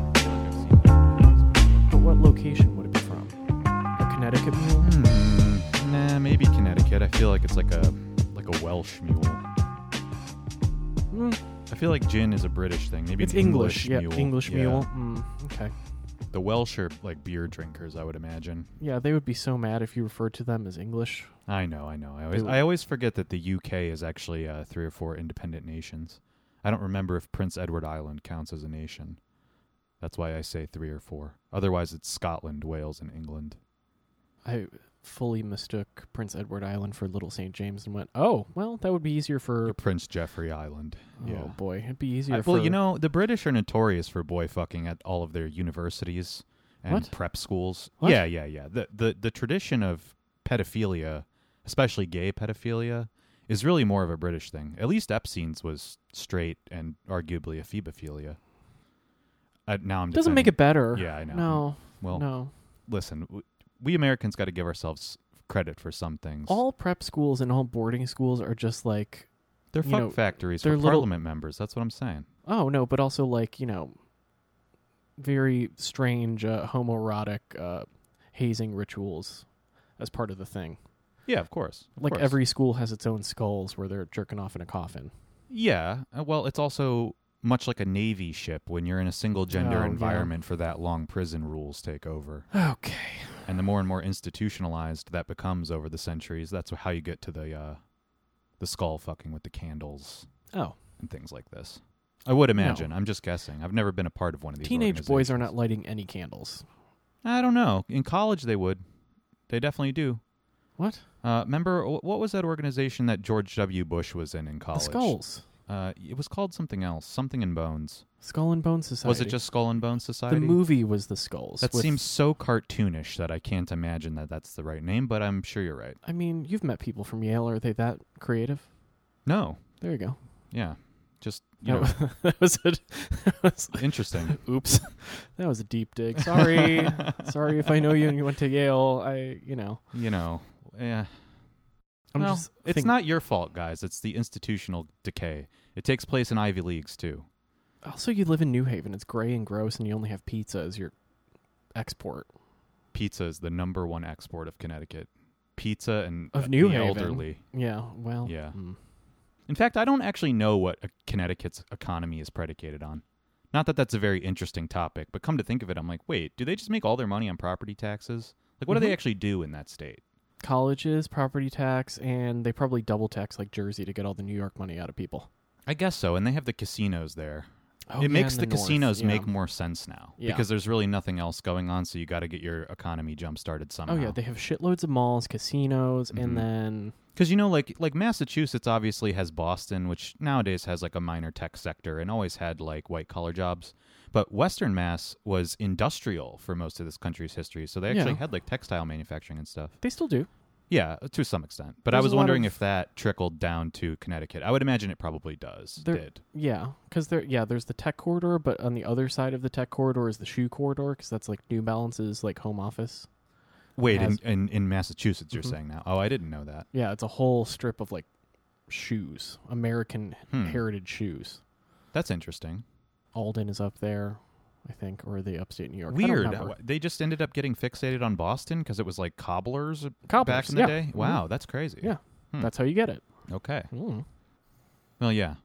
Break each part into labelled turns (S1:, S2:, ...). S1: Hmm. right? I feel like it's like a like a Welsh mule. I feel like gin is a British thing. Maybe
S2: Hmm. it's
S1: an
S2: English. Yeah,
S1: mule.
S2: English
S1: Yeah.
S2: mule. Mm, okay.
S1: The Welsh are like beer drinkers, I would imagine.
S2: Yeah, they would be so mad if you referred to them as English.
S1: I know, I know. I always,
S2: They-
S1: I always forget that the UK is actually uh, three or four independent nations. I don't remember if Prince Edward Island counts as a nation. That's why I say three or four. Otherwise, it's Scotland, Wales, and England.
S2: I fully mistook Prince Edward Island for Little St. James and went, oh, well, that would be easier for.
S1: Prince Jeffrey Island. yeah.
S2: Oh, boy. It'd be easier
S1: I,
S2: for.
S1: well, you know, the British are notorious for boy fucking at all of their universities and
S2: What?
S1: prep schools.
S2: What?
S1: Yeah, yeah, yeah. The, the the tradition of pedophilia, especially gay pedophilia, is really more of a British thing. At least Epstein's was straight and arguably a phoebophilia. Uh, now I'm
S2: It doesn't make it better.
S1: Yeah, I know.
S2: No.
S1: Well,
S2: no.
S1: listen, w- we Americans got to give ourselves credit for some things.
S2: All prep schools and all boarding schools are just like,
S1: they're
S2: you
S1: fuck
S2: know,
S1: factories
S2: they're
S1: for
S2: little-
S1: parliament members. That's what I'm saying.
S2: oh, no, but also like, you know, very strange uh, homoerotic uh, hazing rituals as part of the thing.
S1: Yeah, of course. Of
S2: Like
S1: course.
S2: every school has its own skulls where they're jerking off in a coffin.
S1: Yeah. uh, Well, it's also much like a Navy ship when you're in a single gender
S2: Oh, yeah.
S1: environment for that long, prison rules take over.
S2: Okay.
S1: And the more and more institutionalized that becomes over the centuries, that's how you get to the, uh, the skull fucking with the candles
S2: Oh,
S1: and things like this. I would imagine. I'm just guessing. I've never been a part of one of these.
S2: teenage boys are not
S1: organizations.
S2: lighting any candles.
S1: I don't know. In college, they would. They definitely do.
S2: What?
S1: Uh, remember wh- what was that organization that George W. Bush was in in college?
S2: The skulls.
S1: Uh, it was called something else. Something in bones.
S2: Skull and Bone Society.
S1: Was it just Skull and Bone
S2: the
S1: Society?
S2: movie was the skulls?
S1: That
S2: with-
S1: seems so cartoonish that I can't imagine that that's the right name, but I'm sure you're right.
S2: I mean, you've met people from Yale. Are they that creative?
S1: No,
S2: There you go.
S1: yeah, just you know,
S2: that, wa- that was it. that was-
S1: interesting.
S2: oops. That was a deep dig. Sorry. Sorry if I know you and you went to Yale. I, you know,
S1: You know, yeah.
S2: I'm
S1: Well,
S2: just.
S1: it's
S2: think-
S1: not your fault, guys. It's the institutional decay. It takes place in Ivy leagues too.
S2: Also, you live in New Haven. It's gray and gross, and you only have pizza as your export.
S1: Pizza is the number one export of Connecticut. Pizza and
S2: Of
S1: uh,
S2: New
S1: the
S2: Haven.
S1: elderly.
S2: Yeah. Well.
S1: Yeah.
S2: mm.
S1: In fact, I don't actually know what uh, Connecticut's economy is predicated on. Not that that's a very interesting topic, but come to think of it, I'm like, wait, do they just make all their money on property taxes? Like, what do
S2: Mhm.
S1: they actually do in that state?
S2: colleges property tax and they probably double tax like jersey to get all the new york money out of people
S1: I guess so, and they have the casinos there.
S2: Oh,
S1: it makes the, casinos make more sense now
S2: Yeah.
S1: because there's really nothing else going on, so you got to get your economy jump started somehow.
S2: oh yeah they have shitloads of malls casinos
S1: Mhm.
S2: and then
S1: because you know, like like Massachusetts obviously has Boston, which nowadays has like a minor tech sector and always had like white collar jobs. But Western Mass was industrial for most of this country's history, so they actually
S2: Yeah.
S1: had like textile manufacturing and stuff.
S2: they still do
S1: Yeah, uh, to some extent. But I
S2: There's a
S1: was
S2: lot
S1: wondering
S2: of-
S1: if that trickled down to Connecticut. I would imagine it probably does.
S2: There-
S1: Did
S2: yeah because there yeah there's the tech corridor but on the other side of the tech corridor is the shoe corridor because that's like new balances like home office
S1: wait
S2: has-
S1: in, in in Massachusetts? You're
S2: Mhm.
S1: saying now? Oh, I didn't know that.
S2: yeah it's a whole strip of like shoes american
S1: Hmm.
S2: heritage shoes
S1: That's interesting.
S2: alden is up there i think or the upstate new york I don't
S1: Weird. Uh,
S2: remember.
S1: They just ended up getting fixated on Boston because it was like cobblers, back
S2: Cobblers,
S1: in the
S2: yeah. Mm-hmm.
S1: day. Wow, that's crazy.
S2: Yeah.
S1: Hmm.
S2: that's how you get it
S1: Okay.
S2: Mm.
S1: Well, yeah.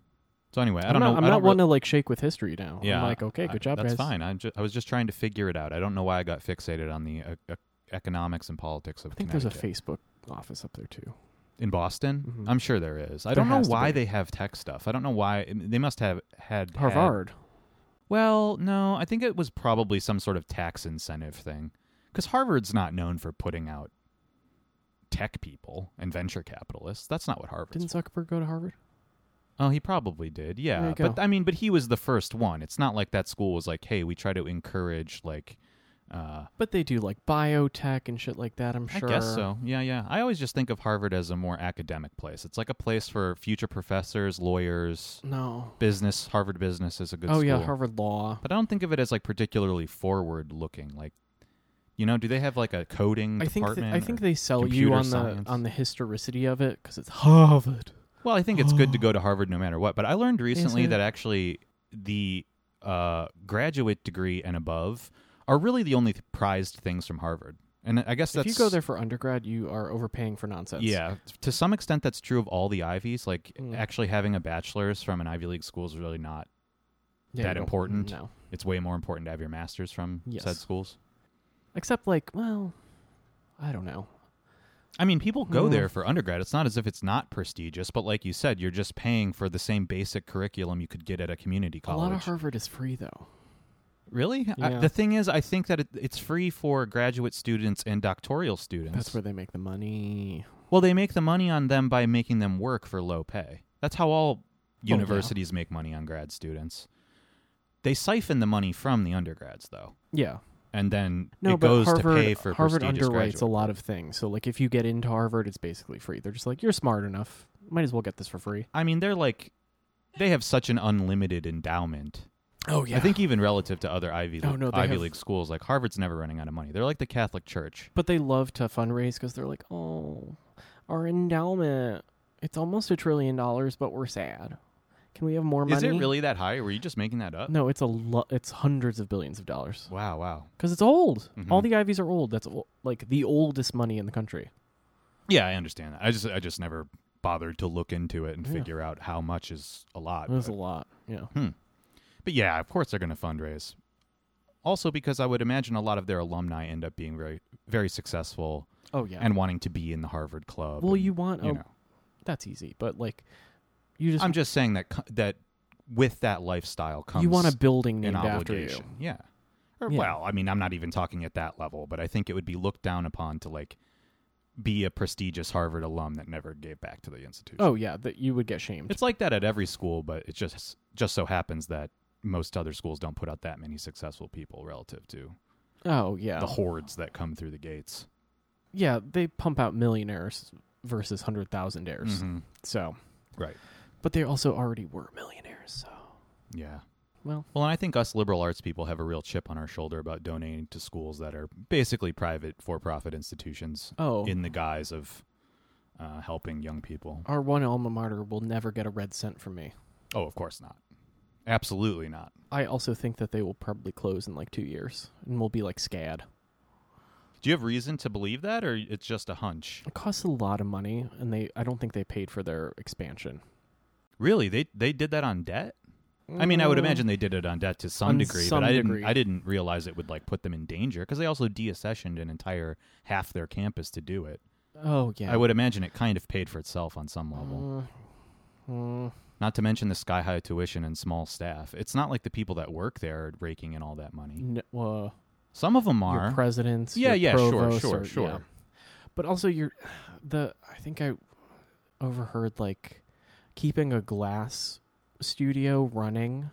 S1: So anyway, I
S2: I'm
S1: don't
S2: not,
S1: know.
S2: I'm
S1: I
S2: not
S1: don't
S2: one
S1: really-
S2: to like shake with history now.
S1: yeah.
S2: I'm like, okay, good
S1: I-
S2: job,
S1: That's
S2: guys.
S1: fine. I'm ju- I was just trying to figure it out. I don't know why I got fixated on the uh, uh, economics and politics of
S2: I think there's a
S1: Connecticut.
S2: Facebook office up there too.
S1: in Boston.
S2: Mhm.
S1: I'm sure there is. I
S2: There
S1: don't know
S2: has to
S1: why
S2: be.
S1: they have tech stuff. I don't know why I mean, they must have had had-
S2: Harvard.
S1: Well, no, I think it was probably some sort of tax incentive thing. Because Harvard's not known for putting out tech people and venture capitalists. That's not what Harvard's
S2: Didn't Zuckerberg go to Harvard?
S1: Oh, he probably did. Yeah.
S2: you
S1: But
S2: go.
S1: I mean, but he was the first one. It's not like that school was like, "Hey, we try to encourage like uh
S2: But they do like biotech and shit like that. I'm sure.
S1: I guess so. Yeah, yeah. I always just think of Harvard as a more academic place. It's like a place for future professors, lawyers,
S2: No.
S1: business. Harvard Business is a good
S2: oh
S1: school.
S2: yeah, Harvard Law.
S1: But I don't think of it as like particularly forward looking like you know, do they have like a coding
S2: I think
S1: department?
S2: th- I think
S1: or-
S2: they sell you
S1: computer
S2: on the
S1: science.
S2: on the historicity of it because it's Harvard.
S1: Well, I think it's good to go to Harvard no matter what. But I learned recently
S2: it?
S1: that actually the uh, graduate degree and above are really the only th- prized things from Harvard. And I guess that's
S2: if you go there for undergrad, you are overpaying for nonsense.
S1: Yeah, to some extent that's true of all the Ivies. Like
S2: Mm.
S1: actually having a bachelor's from an Ivy League school is really not.
S2: Yeah,
S1: That
S2: you don't-
S1: important?
S2: No.
S1: It's way more important to have your master's from said
S2: Yes.
S1: schools.
S2: Except like, well, I don't know.
S1: I mean, people go
S2: Mm.
S1: there for undergrad. It's not as if it's not prestigious, but like you said, you're just paying for the same basic curriculum you could get at a community
S2: A lot
S1: college.
S2: of Harvard is free though.
S1: really? I-
S2: Yeah.
S1: the thing is, I think that it, it's free for graduate students and doctoral students.
S2: That's where they make the money.
S1: Well, they make the money on them by making them work for low pay. That's how all
S2: Oh, yeah.
S1: universities make money on grad students. They siphon the money from the undergrads, though,
S2: Yeah.
S1: and then
S2: No,
S1: it
S2: but
S1: goes
S2: Harvard
S1: to pay for
S2: Harvard
S1: prestigious
S2: underwrites
S1: graduates.
S2: a lot of things. So like, if you get into Harvard, it's basically free. They're just like, you're smart enough. Might as well get this for free.
S1: I mean, they're like, they have such an unlimited endowment.
S2: Oh yeah.
S1: I think even relative to other Ivy
S2: Oh,
S1: League,
S2: no, they
S1: Ivy
S2: have-
S1: League schools, like Harvard's never running out of money. They're like the Catholic Church.
S2: But they love to fundraise because they're like, oh, our endowment, it's almost a trillion dollars, but we're sad. Can we have more
S1: Is
S2: money?
S1: it really that high? Were you just making that up?
S2: No, it's a lo- it's hundreds of billions of dollars
S1: Wow, wow.
S2: because it's old. All
S1: Mhm.
S2: the Ivies are old. That's ol- like the oldest money in the country.
S1: Yeah, I understand that. I just, I just never bothered to look into it and
S2: Yeah.
S1: figure out how much is a lot.
S2: It was
S1: but-
S2: a lot. Yeah.
S1: But yeah, of course they're going to fundraise. Also, because I would imagine a lot of their alumni end up being very, very successful
S2: Oh yeah.
S1: and wanting to be in the Harvard Club.
S2: well,
S1: and,
S2: you want oh,
S1: you know.
S2: that's easy, but like, you just
S1: I'm just saying that co- that with that lifestyle comes
S2: you want a building
S1: an
S2: named after you.
S1: obligation. Yeah. Or,
S2: Yeah.
S1: Well, I mean, I'm not even talking at that level, but I think it would be looked down upon to like be a prestigious Harvard alum that never gave back to the institution.
S2: Oh yeah, that you would get shamed.
S1: It's like that at every school, but it just just so happens that most other schools don't put out that many successful people relative to
S2: oh yeah.
S1: the hordes that come through the gates.
S2: yeah, they pump out millionaires versus hundred thousandaires.
S1: Mhm.
S2: So
S1: Right.
S2: But they also already were millionaires, so
S1: Yeah.
S2: Well-
S1: well, and I think us liberal arts people have a real chip on our shoulder about donating to schools that are basically private for-profit institutions
S2: oh,
S1: in the guise of uh, helping young people.
S2: our one alma mater will never get a red cent from me.
S1: Oh, of course not. Absolutely not.
S2: I also think that they will probably close in like two years, and we'll be like scad.
S1: Do you have reason to believe that, or it's just a hunch?
S2: It costs a lot of money, and they I don't think they paid for their expansion.
S1: Really, they they did that on debt. I mean, I would
S2: Mm,
S1: imagine they did it on debt to some
S2: On
S1: degree,
S2: some
S1: but I didn't.
S2: degree.
S1: I didn't realize it would like put them in danger because they also deaccessioned an entire half their campus to do it.
S2: Oh yeah, Mm-hmm.
S1: I would imagine it kind of paid for itself on some level.
S2: Uh, mm,
S1: Not to mention the sky high tuition and small staff. It's not like the people that work there are raking in all that money.
S2: n- uh,
S1: Some of them
S2: your
S1: are.
S2: presidents.
S1: Yeah,
S2: your
S1: yeah, sure,
S2: provosts,
S1: sure,
S2: or-
S1: sure.
S2: yeah. But also, your the I think I overheard like keeping a glass studio running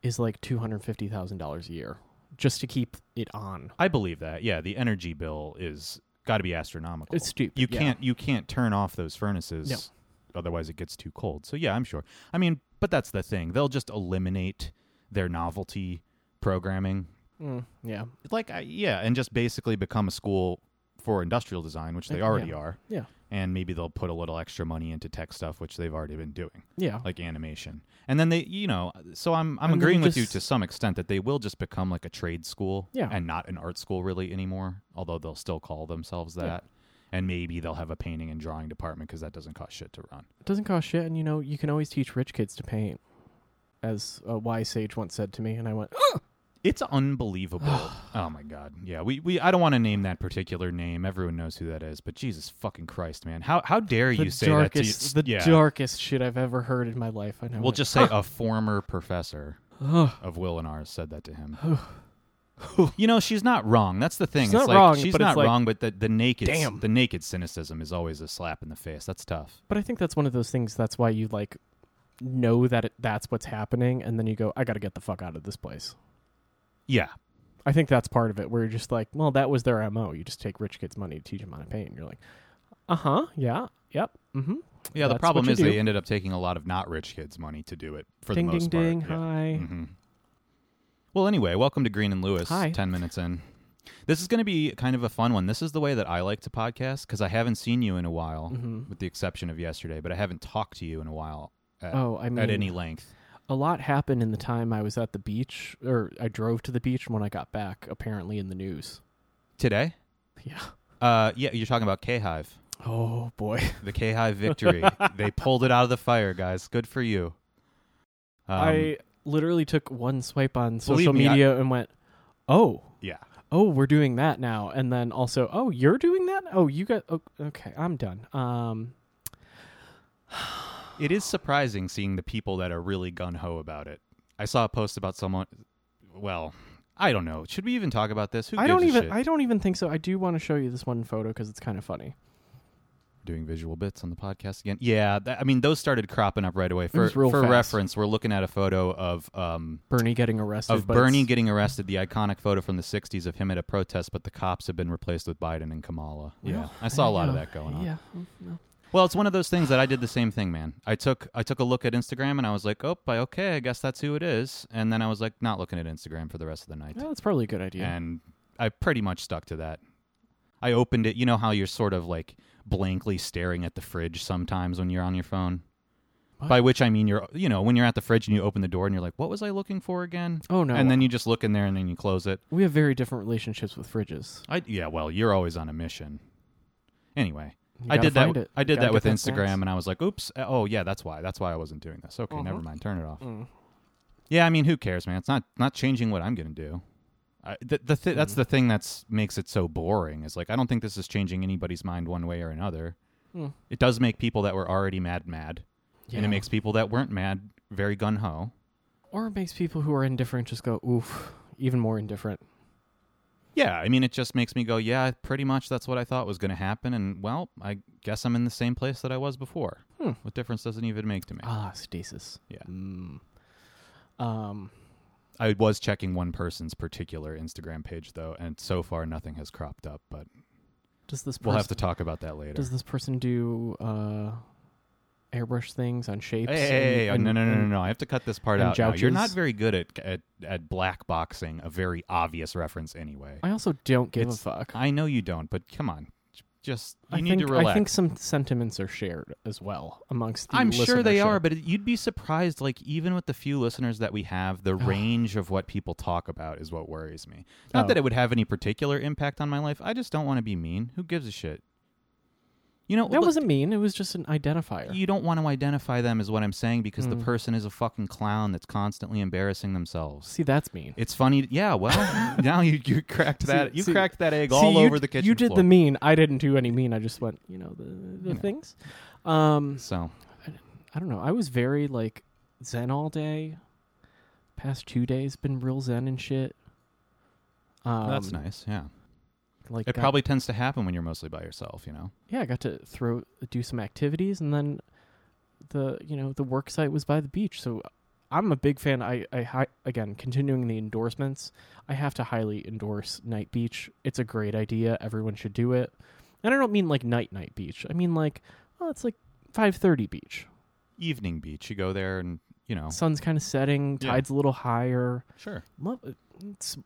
S2: is like two hundred fifty thousand dollars a year just to keep it on.
S1: I believe that. Yeah, the energy bill is got to be astronomical.
S2: It's stupid.
S1: you
S2: yeah.
S1: can't you can't turn off those furnaces.
S2: No.
S1: Otherwise, it gets too cold. So yeah, I'm sure. I mean, but that's the thing. They'll just eliminate their novelty programming,
S2: Mm, yeah.
S1: like I, yeah, and just basically become a school for industrial design, which they
S2: Yeah.
S1: already are.
S2: Yeah.
S1: And maybe they'll put a little extra money into tech stuff, which they've already been doing.
S2: Yeah.
S1: like animation. And then they, you know, so I'm I'm
S2: And then
S1: agreeing
S2: you
S1: with you
S2: just-
S1: to some extent that they will just become like a trade school
S2: Yeah.
S1: and not an art school really anymore, although they'll still call themselves
S2: Yeah.
S1: that. And maybe they'll have a painting and drawing department because that doesn't cost shit to run.
S2: It doesn't cost shit and you know, you can always teach rich kids to paint. As a wise sage once said to me, and I went,
S1: It's unbelievable. oh my god. Yeah, we, we I don't want to name that particular name. Everyone knows who that is, but Jesus fucking Christ, man. How how dare
S2: the
S1: you say
S2: darkest,
S1: that to
S2: the
S1: yeah.
S2: darkest shit I've ever heard in my life. I know.
S1: We'll just say a former professor
S2: Ugh.
S1: of Will and ours said that to him. you know, she's not wrong. That's the thing.
S2: She's
S1: it's
S2: not
S1: like,
S2: wrong,
S1: She's
S2: but it's
S1: not
S2: like,
S1: wrong, but the, the naked
S2: damn.
S1: the naked cynicism is always a slap in the face. That's tough.
S2: But I think that's one of those things. That's why you like know that it, that's what's happening, and then you go, "I got to get the fuck out of this place."
S1: Yeah.
S2: I think that's part of it, where you're just like, "Well, that was their mo. You just take rich kids' money to teach them how to paint." And you're like, "Uh huh, yeah, yep, mm-hmm."
S1: Yeah, the
S2: That's
S1: problem
S2: what you
S1: is they
S2: do.
S1: ended up taking a lot of not rich kids' money to do it for
S2: Ding
S1: the
S2: ding
S1: most
S2: ding,
S1: part. Yeah.
S2: hi.
S1: Mhm. Well, anyway, welcome to Green and Lewis.
S2: Hi.
S1: 10 minutes in. This is going to be kind of a fun one. This is the way that I like to podcast because I haven't seen you in a while,
S2: Mhm.
S1: with the exception of yesterday, but I haven't talked to you in a while at,
S2: Oh, I mean,
S1: at any length.
S2: a lot happened in the time I was at the beach, or I drove to the beach. and When I got back, apparently in the news,
S1: Today?
S2: Yeah.
S1: Uh, yeah, you're talking about K Hive,
S2: Oh boy.
S1: the K Hive victory. they pulled it out of the fire, guys. Good for you. Um,
S2: I literally took one swipe on social
S1: me, I-
S2: media and went, "Oh,
S1: yeah.
S2: oh, we're doing that now." And then also, "Oh, you're doing that? Oh, you got oh, okay, I'm done." Um
S1: It is surprising seeing the people that are really gun ho about it. I saw a post about someone. Well, I don't know. Should we even talk about this? Who
S2: I
S1: gives
S2: don't
S1: a
S2: even
S1: shit?
S2: I don't even think so. I do want to show you this one photo cuz it's kind of funny.
S1: doing visual bits on the podcast again. Yeah, that, I mean those started cropping up right away. For
S2: was real
S1: for
S2: fast.
S1: reference, we're looking at a photo of um
S2: Bernie getting arrested
S1: of
S2: but
S1: Bernie
S2: it's-
S1: getting arrested, the iconic photo from the '60s of him at a protest, but the cops have been replaced with Biden and Kamala. yeah,
S2: Well,
S1: I saw a lot of
S2: yeah,
S1: that going on.
S2: Yeah. mm, no.
S1: Well, it's one of those things that I did the same thing, man. I took I took a look at Instagram and I was like, oh, I- okay, I guess that's who it is. And then I was like, not looking at Instagram for the rest of the night.
S2: Oh, Yeah, that's probably a good idea.
S1: And I pretty much stuck to that. I opened it. You know how you're sort of like blankly staring at the fridge sometimes when you're on your phone.
S2: What?
S1: By which I mean you're you know when you're at the fridge and you open the door and you're like, what was I looking for again?
S2: oh no.
S1: And then you just look in there and then you close it.
S2: we have very different relationships with fridges.
S1: I yeah, well, you're always on a mission. Anyway,
S2: You
S1: I
S2: gotta
S1: did that.
S2: find it.
S1: I
S2: You
S1: did
S2: gotta
S1: that with
S2: get that
S1: Instagram,
S2: sense.
S1: and I was like, "Oops! uh, Oh yeah, that's why. That's why I wasn't doing this. Okay,
S2: Uh-huh.
S1: never mind. Turn it off."
S2: Mm.
S1: Yeah, I mean, who cares, man? It's not not changing what I'm gonna do. I, the, the th- that's
S2: Mhm.
S1: the thing that's makes it so boring. Is like I don't think this is changing anybody's mind one way or another.
S2: Mm.
S1: It does make people that were already mad mad, and
S2: Yeah.
S1: it makes people that weren't mad very gun ho.
S2: Or it makes people who are indifferent just go, oof, even more indifferent.
S1: Yeah, I mean, it just makes me go, yeah, pretty much that's what I thought was gonna happen, and well, I guess I'm in the same place that I was before.
S2: Hmm.
S1: What difference does it even make to me?
S2: Ah, stasis.
S1: Yeah.
S2: Mm. Um,
S1: I was checking one person's particular Instagram page though, and so far nothing has cropped up. But
S2: does this person,
S1: we'll have to talk about that later.
S2: does this person do uh, airbrush things on shapes?
S1: Hey, hey, hey, hey, oh,
S2: and-
S1: no, no, no, no,
S2: and-
S1: no! I have to cut this part
S2: and
S1: out. now. You're
S2: jouches?
S1: not very good at, at at black boxing a very obvious reference anyway.
S2: I also don't give
S1: It's-
S2: a fuck.
S1: I know you don't, but come on, J- just you
S2: I
S1: need
S2: think,
S1: to relax.
S2: I think some sentiments are shared as well amongst the
S1: I'm sure they
S2: listenership.
S1: are, but it- you'd be surprised. Like even with the few listeners that we have, the range of what people talk about is what worries me. Not
S2: Oh.
S1: that it would have any particular impact on my life. I just don't want to be mean. Who gives a shit? You know,
S2: that
S1: look,
S2: wasn't mean. It was just an identifier.
S1: you don't want to identify them, is what I'm saying, because the
S2: Mm.
S1: person is a fucking clown that's constantly embarrassing themselves.
S2: See, that's mean.
S1: It's funny. Yeah, well, now you, you cracked
S2: See-
S1: that. you
S2: see-
S1: cracked that egg
S2: See,
S1: all
S2: you
S1: over
S2: d-
S1: the kitchen
S2: You did
S1: floor.
S2: the mean. I didn't do any mean. I just went, you know, the, the
S1: You know.
S2: things. Um,
S1: so
S2: I don't know. I was very like zen all day. Past two days been real zen and shit. Um,
S1: that's nice. Yeah,
S2: Like
S1: it
S2: got-
S1: probably tends to happen when you're mostly by yourself. You know.
S2: yeah. I got to throw do some activities and then the you know the work site was by the beach. So I'm a big fan. I I hi- again continuing the endorsements. I have to highly endorse Night Beach. It's a great idea. Everyone should do it. And I don't mean like night night beach. I mean like well, it's like five thirty beach.
S1: Evening beach. You go there and you know.
S2: Sun's kind of setting.
S1: Oh. Yeah.
S2: Tide's a little higher.
S1: Sure.
S2: Love it. It's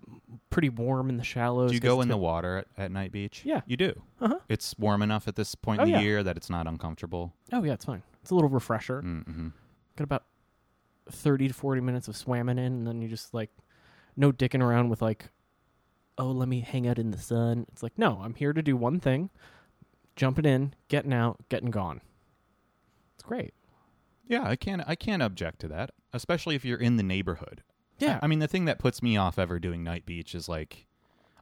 S2: pretty warm in the shallows.
S1: Do you
S2: 'cause
S1: go
S2: it's
S1: in the
S2: got-
S1: water at, at night beach?
S2: Yeah.
S1: You do.
S2: Uh-huh.
S1: It's warm enough at this point
S2: Oh,
S1: in the
S2: yeah.
S1: year that it's not uncomfortable.
S2: Oh yeah, it's fine. It's a little refresher.
S1: Mm-hmm.
S2: Got about thirty to forty minutes of swimming in, and then you just like no dicking around with like, oh let me hang out in the sun. It's like no, I'm here to do one thing: jumping in, getting out, getting gone. It's great.
S1: Yeah, I can't. I can't object to that, especially if you're in the neighborhood.
S2: Yeah,
S1: I, I mean, the thing that puts me off ever doing night beach is like,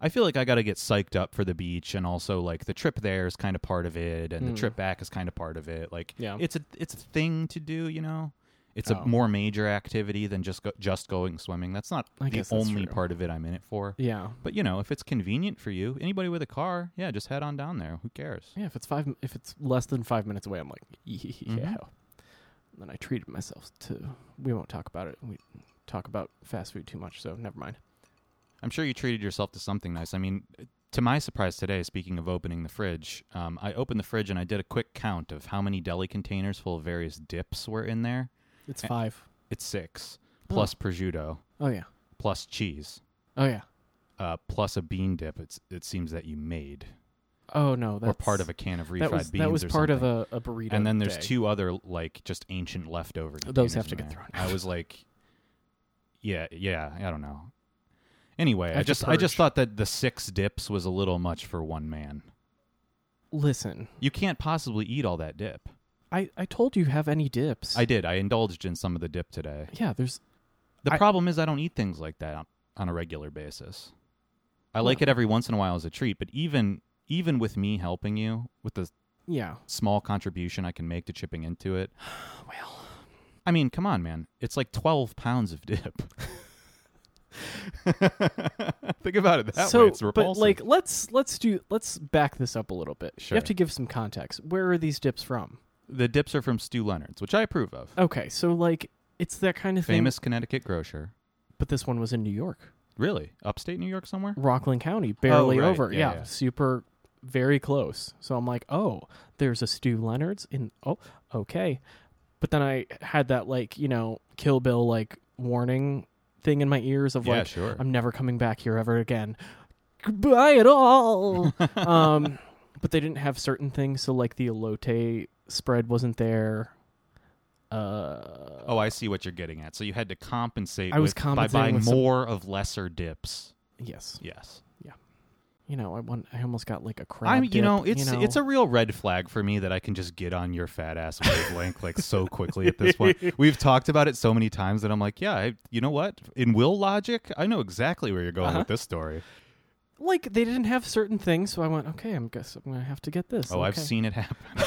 S1: I feel like I got to get psyched up for the beach, and also like the trip there is kind of part of it, and
S2: Mm.
S1: the trip back is kind of part of it. Like,
S2: Yeah.
S1: it's a it's a thing to do, you know. It's
S2: Oh.
S1: a more major activity than just go, just going swimming. That's not
S2: I
S1: the
S2: guess that's
S1: only
S2: true.
S1: part of it I'm in it for.
S2: yeah,
S1: But you know, if it's convenient for you, anybody with a car, yeah, just head on down there. Who cares?
S2: yeah. If it's five, if it's less than five minutes away, I'm like, yeah.
S1: Mhm.
S2: Then I treated myself to. We won't talk about it. We talk about fast food too much, so never mind.
S1: I'm sure you treated yourself to something nice. I mean, to my surprise today, speaking of opening the fridge, um, I opened the fridge and I did a quick count of how many deli containers full of various dips were in there.
S2: It's
S1: Eh.
S2: five.
S1: It's six, plus prosciutto,
S2: Oh yeah.
S1: plus cheese,
S2: Oh yeah.
S1: uh, plus a bean dip. It's, it seems that you made,
S2: Oh no. That's,
S1: or part of a can of refried
S2: that was,
S1: beans.
S2: That was
S1: or
S2: part
S1: something.
S2: of a, a burrito.
S1: and then there's
S2: day.
S1: two other like just ancient leftover.
S2: Those have
S1: containers
S2: to
S1: in
S2: get
S1: there.
S2: thrown out.
S1: I was like, yeah, yeah, I don't know. Anyway, I
S2: Have to
S1: just I just
S2: purge.
S1: thought that the six dips was a little much for one man.
S2: Listen,
S1: You can't possibly eat all that dip.
S2: I I told you have any dips.
S1: I did. I indulged in some of the dip today.
S2: yeah, there's
S1: The
S2: I-
S1: problem is I don't eat things like that on, on a regular basis. I like it every once in a while as a treat, but even even with me helping you with the
S2: yeah.
S1: small contribution I can make to chipping into it,
S2: Well,
S1: I mean, come on, man. It's like 12 pounds of dip. Think about it that
S2: so
S1: way. It's repulsive.
S2: but like let's let's do let's back this up a little bit. You
S1: Sure.
S2: have to give some context. Where are these dips from?
S1: the dips are from Stu Leonard's, which I approve of.
S2: Okay, so like it's that kind of
S1: Famous Connecticut grocer.
S2: thing. But this one was in New York,
S1: Really? Upstate New York somewhere?
S2: Rockland County, barely
S1: Oh, right.
S2: over.
S1: Yeah,
S2: Yeah,
S1: yeah.
S2: super, very close. So I'm like, oh, there's a Stu Leonard's in. Oh, okay. But then I had that like you know Kill Bill like warning thing in my ears of
S1: yeah,
S2: like
S1: sure.
S2: I'm never coming back here ever again. Goodbye at all. um, but they didn't have certain things, so like the elote spread wasn't there. Uh,
S1: oh, I see what you're getting at. So you had to compensate
S2: I was
S1: with-
S2: compensating
S1: by buying
S2: with some-
S1: more of lesser dips.
S2: yes,
S1: Yes.
S2: you know I want. I almost got like a crab.
S1: I'm, you
S2: dip,
S1: know, it's it's a real red flag for me that I can just get on your fat ass wavelength like so quickly at this point. We've talked about it so many times that I'm like, yeah, I, you know what? In will logic, I know exactly where you're going
S2: Uh-huh.
S1: with this story.
S2: like they didn't have certain things, so I went okay. I'm guess I'm gonna have to get this.
S1: Oh, I've
S2: okay.
S1: seen it happen.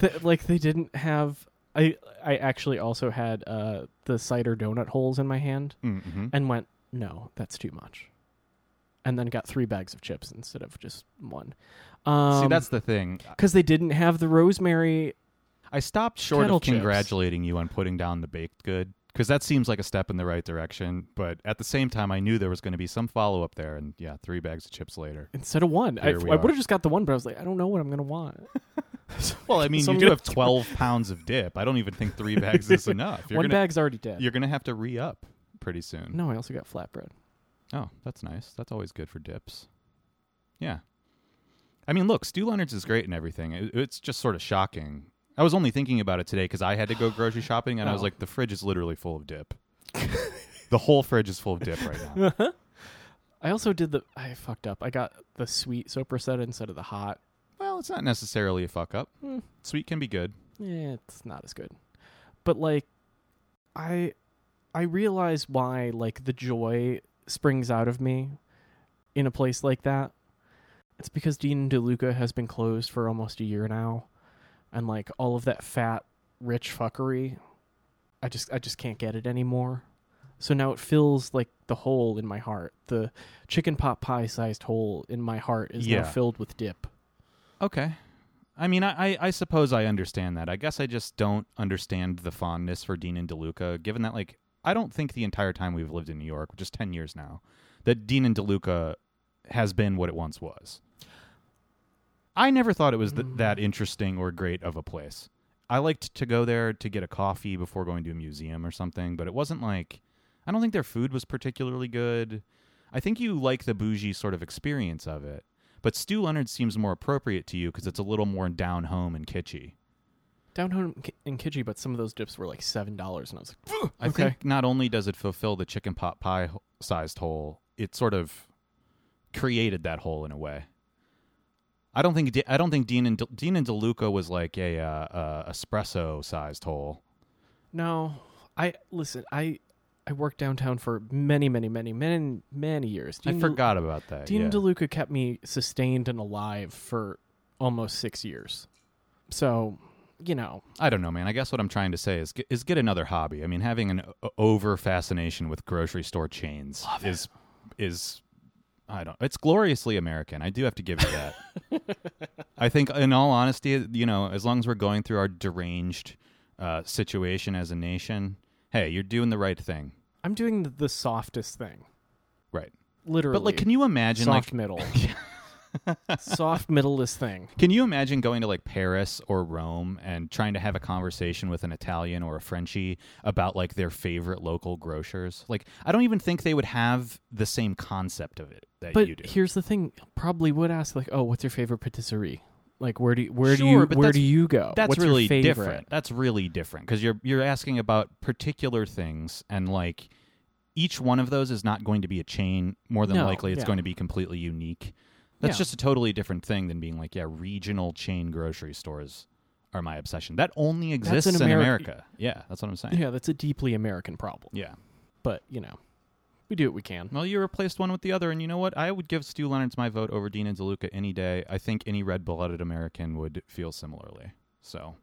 S2: Th- like they didn't have. I I actually also had uh the cider donut holes in my hand
S1: mm-hmm.
S2: and went no, that's too much. And then got three bags of chips instead of just one. Um,
S1: See, that's the thing.
S2: because they didn't have the rosemary.
S1: I stopped short
S2: Kettle
S1: of
S2: chips.
S1: congratulating you on putting down the baked good because that seems like a step in the right direction. But at the same time, I knew there was going to be some follow up there, and yeah, three bags of chips later.
S2: Instead of one, I,
S1: Here we
S2: I
S1: are.
S2: would have just got the one, but I was like, I don't know what I'm gonna want.
S1: Well, I mean,
S2: So
S1: you
S2: I'm
S1: do
S2: gonna-
S1: have twelve pounds of dip. I don't even think three bags is enough. You're
S2: one
S1: gonna,
S2: bag's already dead.
S1: You're gonna have to re up pretty soon.
S2: No, I also got flatbread.
S1: Oh, that's nice. That's always good for dips. Yeah. I mean, look, Stu Leonard's is great and everything. It- it's just sort of shocking. I was only thinking about it today because I had to go grocery shopping, and I was
S2: Oh.
S1: like, the fridge is literally full of dip. the whole fridge is full of dip right now.
S2: I also did the. I fucked up. I got the sweet sopressata instead of the hot.
S1: well, it's not necessarily a fuck up.
S2: Hmm.
S1: Sweet can be good.
S2: Eh, it's not as good, but like, I, I realize why like the joy springs out of me, in a place like that. It's because Dean and DeLuca has been closed for almost a year now, and like all of that fat, rich fuckery, I just I just can't get it anymore. So now it fills like the hole in my heart. The chicken pot pie sized hole in my heart is
S1: Yeah.
S2: now filled with dip.
S1: Okay. I mean, I, I, I suppose I understand that. I guess I just don't understand the fondness for Dean and DeLuca, given that, like, I don't think the entire time we've lived in New York, which is 10 years now, that Dean and DeLuca has been what it once was. I never thought it was th-
S2: Mm.
S1: that interesting or great of a place. I liked to go there to get a coffee before going to a museum or something, but it wasn't like I don't think their food was particularly good. I think you like the bougie sort of experience of it, but Stu Leonard seems more appropriate to you because it's a little more down home and kitschy.
S2: Down home in Ki- in Kitchy, but some of those dips were like seven dollars, and I was like,
S1: I
S2: Okay.
S1: think not only does it fulfill the chicken pot pie ho- sized hole, it sort of created that hole in a way. I don't think De- I don't think Dean and De- Dean and DeLuca was like a uh, uh, espresso sized hole.
S2: No, I listen. I I worked downtown for many, many, many, many, many years.
S1: I
S2: Dean De-
S1: forgot about that.
S2: Dean
S1: yeah.
S2: DeLuca kept me sustained and alive for almost six years. So, you know,
S1: I don't know, man. I guess what I'm trying to say is get, is get another hobby. I mean, having an o- over fascination with grocery store chains is is I don't. It's gloriously American. I do have to give you that. I think, in all honesty, you know, as long as we're going through our deranged uh, situation as a nation, hey, you're doing the right thing,
S2: I'm doing the, the softest thing,
S1: right?
S2: literally.
S1: But like, can you imagine
S2: soft
S1: like
S2: middle, soft middleist thing?
S1: Can you imagine going to like Paris or Rome and trying to have a conversation with an Italian or a Frenchie about like their favorite local grocers? Like, I don't even think they would have the same concept of it that
S2: But
S1: you do.
S2: here's the thing: probably would ask like, "Oh, what's your favorite patisserie? Like, where do you, where do
S1: Sure,
S2: you
S1: but
S2: where
S1: that's-
S2: do you go?
S1: That's
S2: What's your
S1: Uh, really
S2: favorite?"
S1: different. That's really different because you're you're asking about particular things and like each one of those is not going to be a chain. More than
S2: No,
S1: likely, it's
S2: yeah.
S1: going to be completely unique. That's
S2: Yeah.
S1: just a totally different thing than being like, yeah, regional chain grocery stores are my obsession. That only
S2: That's
S1: exists
S2: an
S1: in
S2: Ameri-
S1: America. Yeah, that's what I'm saying.
S2: Yeah, that's a deeply American problem.
S1: yeah.
S2: But, you know, we do what we can.
S1: Well, you replaced one with the other, and you know what? I would give Stu Leonard's my vote over Dean and DeLuca any day. I think any red-blooded American would feel similarly. So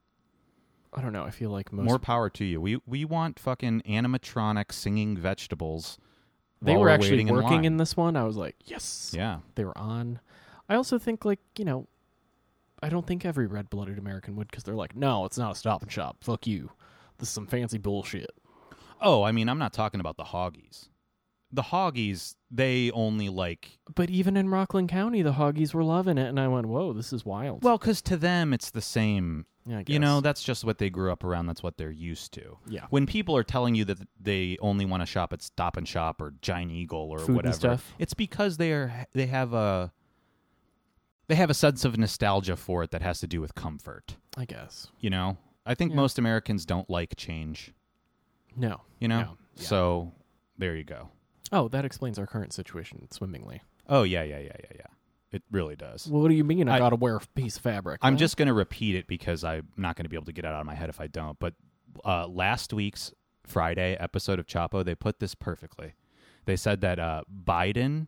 S2: I don't know. I feel like most
S1: more power to you. We we want fucking animatronic singing vegetables.
S2: they
S1: while
S2: were
S1: we're
S2: actually
S1: waiting in
S2: working
S1: line.
S2: in this one. I was like, yes.
S1: Yeah,
S2: they were on. I also think like you know, I don't think every red-blooded American would because they're like, no, it's not a Stop and Shop. Fuck you. This is some fancy bullshit.
S1: Oh, I mean, I'm not talking about the Hoggies. The Hoggies, they only like
S2: But even in Rockland County, the Hoggies were loving it, and I went, whoa, this is wild.
S1: well, because to them it's the same.
S2: yeah, I
S1: You know,
S2: guess.
S1: that's just what they grew up around. That's what they're used to.
S2: yeah,
S1: When people are telling you that they only want to shop at Stop and Shop or Giant Eagle or
S2: Food and
S1: whatever,
S2: stuff.
S1: it's because they are they have a they have a sense of nostalgia for it that has to do with comfort.
S2: I guess
S1: You know, I think
S2: Yeah.
S1: most Americans don't like change.
S2: no.
S1: You know,
S2: Yeah, yeah.
S1: so there you go.
S2: Oh, that explains our current situation swimmingly.
S1: Oh yeah, yeah, yeah, yeah, yeah. It really does.
S2: Well, what do you mean? I,
S1: I-
S2: gotta wear a piece of fabric.
S1: I'm
S2: What?
S1: just going to repeat it because I'm not going to be able to get it out of my head if I don't. But uh, last week's Friday episode of Chapo, they put this perfectly. They said that uh, Biden,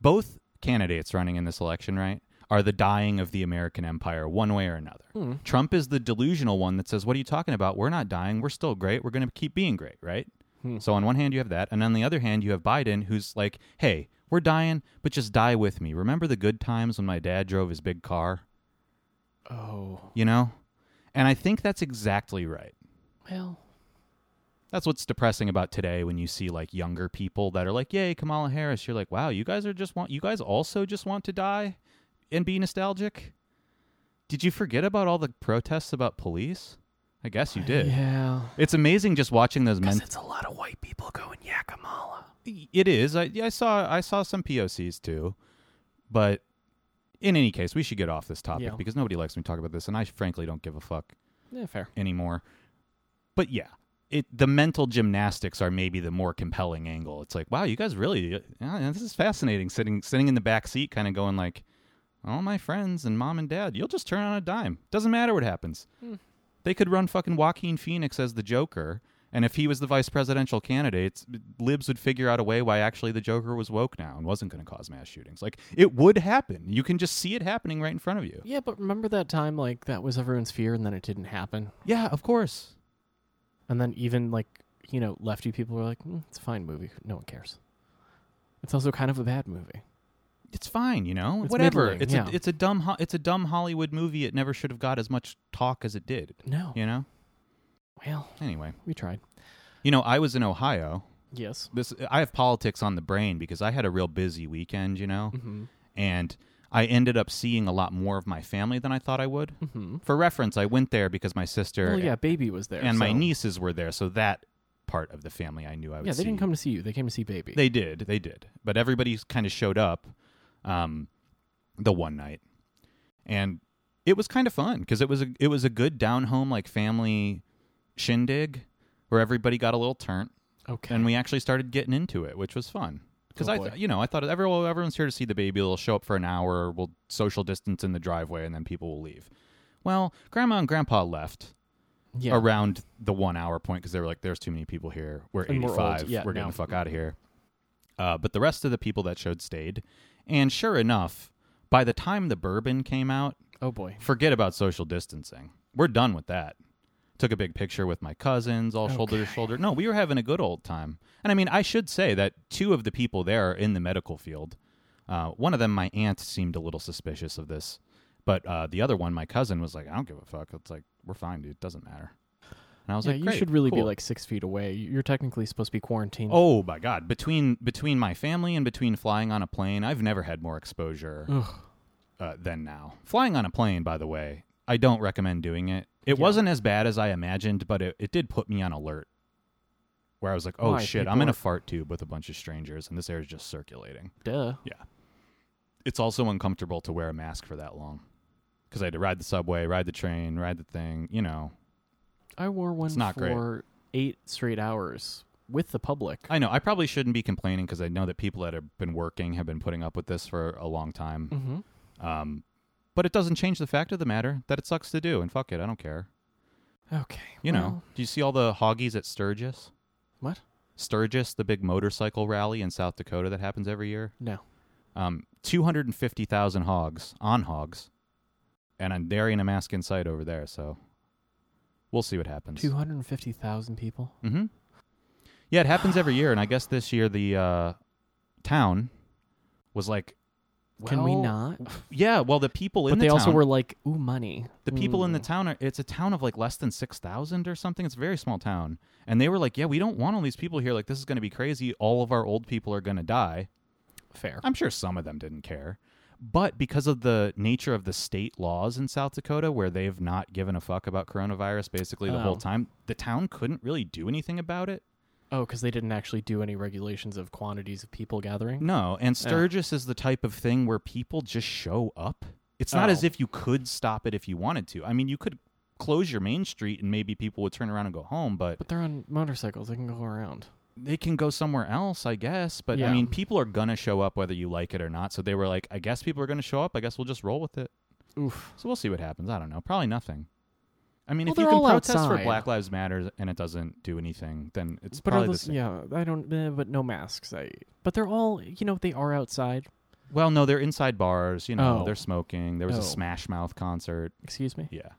S1: both candidates running in this election, right, are the dying of the American empire one way or another.
S2: Hmm.
S1: Trump is the delusional one that says, What are you talking about? We're not dying. We're still great. We're going to keep being great, right?
S2: Hmm.
S1: So on one hand, you have that. And on the other hand, you have Biden, who's like, Hey, we're dying, but just die with me. Remember the good times when my dad drove his big car?
S2: Oh
S1: you know? And I think that's exactly right.
S2: well.
S1: That's what's depressing about today when you see like younger people that are like, "Yay, Kamala Harris." You're like, "Wow, you guys are just want you guys also just want to die and be nostalgic?" Did you forget about all the protests about police? I guess you did.
S2: Yeah.
S1: It's amazing just watching those men.
S2: Because it's a lot of white people going Yakamala.
S1: It is. I yeah, I saw I saw some POCs too. But in any case, we should get off this topic
S2: Yeah.
S1: because nobody likes me talking about this and I frankly don't give a fuck.
S2: Yeah, fair.
S1: anymore. But yeah, it the mental gymnastics are maybe the more compelling angle. It's like, wow, you guys really uh, yeah, this is fascinating. Sitting sitting in the back seat, kind of going like, all my friends and mom and dad, you'll just turn on a dime. Doesn't matter what happens.
S2: Hmm.
S1: They could run fucking Joaquin Phoenix as the Joker, and if he was the vice presidential candidate, it's- libs would figure out a way why actually the Joker was woke now and wasn't going to cause mass shootings. Like it would happen. You can just see it happening right in front of you.
S2: Yeah, but remember that time like that was everyone's fear and then it didn't happen?
S1: Yeah, of course.
S2: And then even like, you know, lefty people were like, mm, it's a fine movie. No one cares. It's also kind of a bad movie.
S1: it's fine, you know.
S2: It's
S1: Whatever.
S2: middling,
S1: it's
S2: yeah.
S1: a it's a dumb ho- it's a dumb Hollywood movie. It never should have got as much talk as it did.
S2: No.
S1: You know.
S2: Well,
S1: Anyway,
S2: we tried.
S1: you know, I was in Ohio.
S2: Yes.
S1: This I have politics on the brain because I had a real busy weekend, you know,
S2: Mm-hmm.
S1: and I ended up seeing a lot more of my family than I thought I would.
S2: Mm-hmm.
S1: For reference, I went there because my sister
S2: Well, yeah, baby was there.
S1: and my
S2: so-
S1: nieces were there, so that part of the family I knew I would.
S2: Yeah, they didn't
S1: see.
S2: come to see you. They came to see baby.
S1: They did. They did. But everybody kind of showed up um, the one night, and it was kind of fun because it was a it was a good down home like family shindig where everybody got a little turnt,
S2: okay.
S1: and we actually started getting into it, which was fun. Because
S2: Oh,
S1: I,
S2: boy.
S1: th- you know, I thought everyone everyone's here to see the baby. They'll show up for an hour. We'll social distance in the driveway, and then people will leave. Well, Grandma and Grandpa left
S2: yeah.
S1: around the one hour point because they were like, "There's too many people here. We're
S2: And we're old.
S1: 85. We're,
S2: Yeah,
S1: getting
S2: no.
S1: the fuck out of here." Uh, but the rest of the people that showed stayed, and sure enough, by the time the bourbon came out,
S2: Oh boy.
S1: forget about social distancing. We're done with that. Took a big picture with my cousins, all shoulder to
S2: Okay.
S1: shoulder. No, we were having a good old time. And I mean, I should say that two of the people there are in the medical field. Uh, one of them, my aunt, seemed a little suspicious of this, but uh, the other one, my cousin, was like, "I don't give a fuck. It's like we're fine, dude. It doesn't matter." And I was
S2: Yeah,
S1: like,
S2: you
S1: "Great,
S2: should really be
S1: cool."
S2: like six feet away. You're technically supposed to be quarantined.
S1: "Oh my god!" Between between my family and between flying on a plane, I've never had more exposure
S2: Ugh.
S1: uh, than now. Flying on a plane, by the way, I don't recommend doing it. It
S2: Yeah.
S1: wasn't as bad as I imagined, but it, it did put me on alert. Where I was like, oh
S2: Why?
S1: shit,
S2: People
S1: I'm in a
S2: aren't-
S1: fart tube with a bunch of strangers and this air is just circulating.
S2: Duh.
S1: It's also uncomfortable to wear a mask for that long because I had to ride the subway, ride the train, ride the thing, you know.
S2: I wore one
S1: not great.
S2: for eight straight hours with the public.
S1: I know. I probably shouldn't be complaining because I know that people that have been working have been putting up with this for a long time.
S2: mm-hmm.
S1: Um, but it doesn't change the fact of the matter that it sucks to do, and fuck it, I don't care.
S2: Okay.
S1: You know,
S2: well,
S1: do you see all the hoggies at Sturgis?
S2: What?
S1: Sturgis, the big motorcycle rally in South Dakota that happens every year.
S2: No.
S1: Um, 250,000 hogs on hogs, and I'm there in a mask inside over there, so we'll see what happens.
S2: Two hundred fifty thousand people.
S1: Mm-hmm. Yeah, it happens every year, and I guess this year the uh, town was like,
S2: Can we
S1: well,
S2: not?
S1: Yeah, well, the people in
S2: But
S1: the
S2: they also
S1: town-
S2: were like, "Ooh, money."
S1: the people in the
S2: Mm.
S1: town are it's a town of like less than 6000 or something it's a very small town and they were like yeah we don't want all these people here like this is going to be crazy all of our old people are going to die
S2: Fair.
S1: i'm sure some of them didn't care but because of the nature of the state laws in south dakota where they've not given a fuck about coronavirus basically the
S2: Oh.
S1: whole time the town couldn't really do anything about it
S2: Oh, because they didn't actually do any regulations of quantities of people gathering.
S1: no and sturgis is the type of thing where people just show up it's not
S2: Oh.
S1: as if you could stop it if you wanted to i mean you could close your main street and maybe people would turn around and go home but
S2: But they're on motorcycles; they can go around.
S1: they can go somewhere else, I guess. But I
S2: Yeah.
S1: mean, people are gonna show up whether you like it or not. So they were like, I guess people are gonna show up. I guess we'll just roll with it.
S2: Oof.
S1: So we'll see what happens. I don't know. Probably nothing. I mean,
S2: Well,
S1: if you
S2: they're
S1: can
S2: all
S1: protest for
S2: outside.
S1: Black Lives Matter and it doesn't do anything, then it's
S2: but are
S1: probably the
S2: those,
S1: same.
S2: yeah, I don't. eh, but no masks. I. But they're all. You know, they are outside.
S1: Well, no, they're inside bars. You know,
S2: Oh.
S1: they're smoking. There was
S2: Oh.
S1: a Smash Mouth concert.
S2: Excuse me.
S1: Yeah. I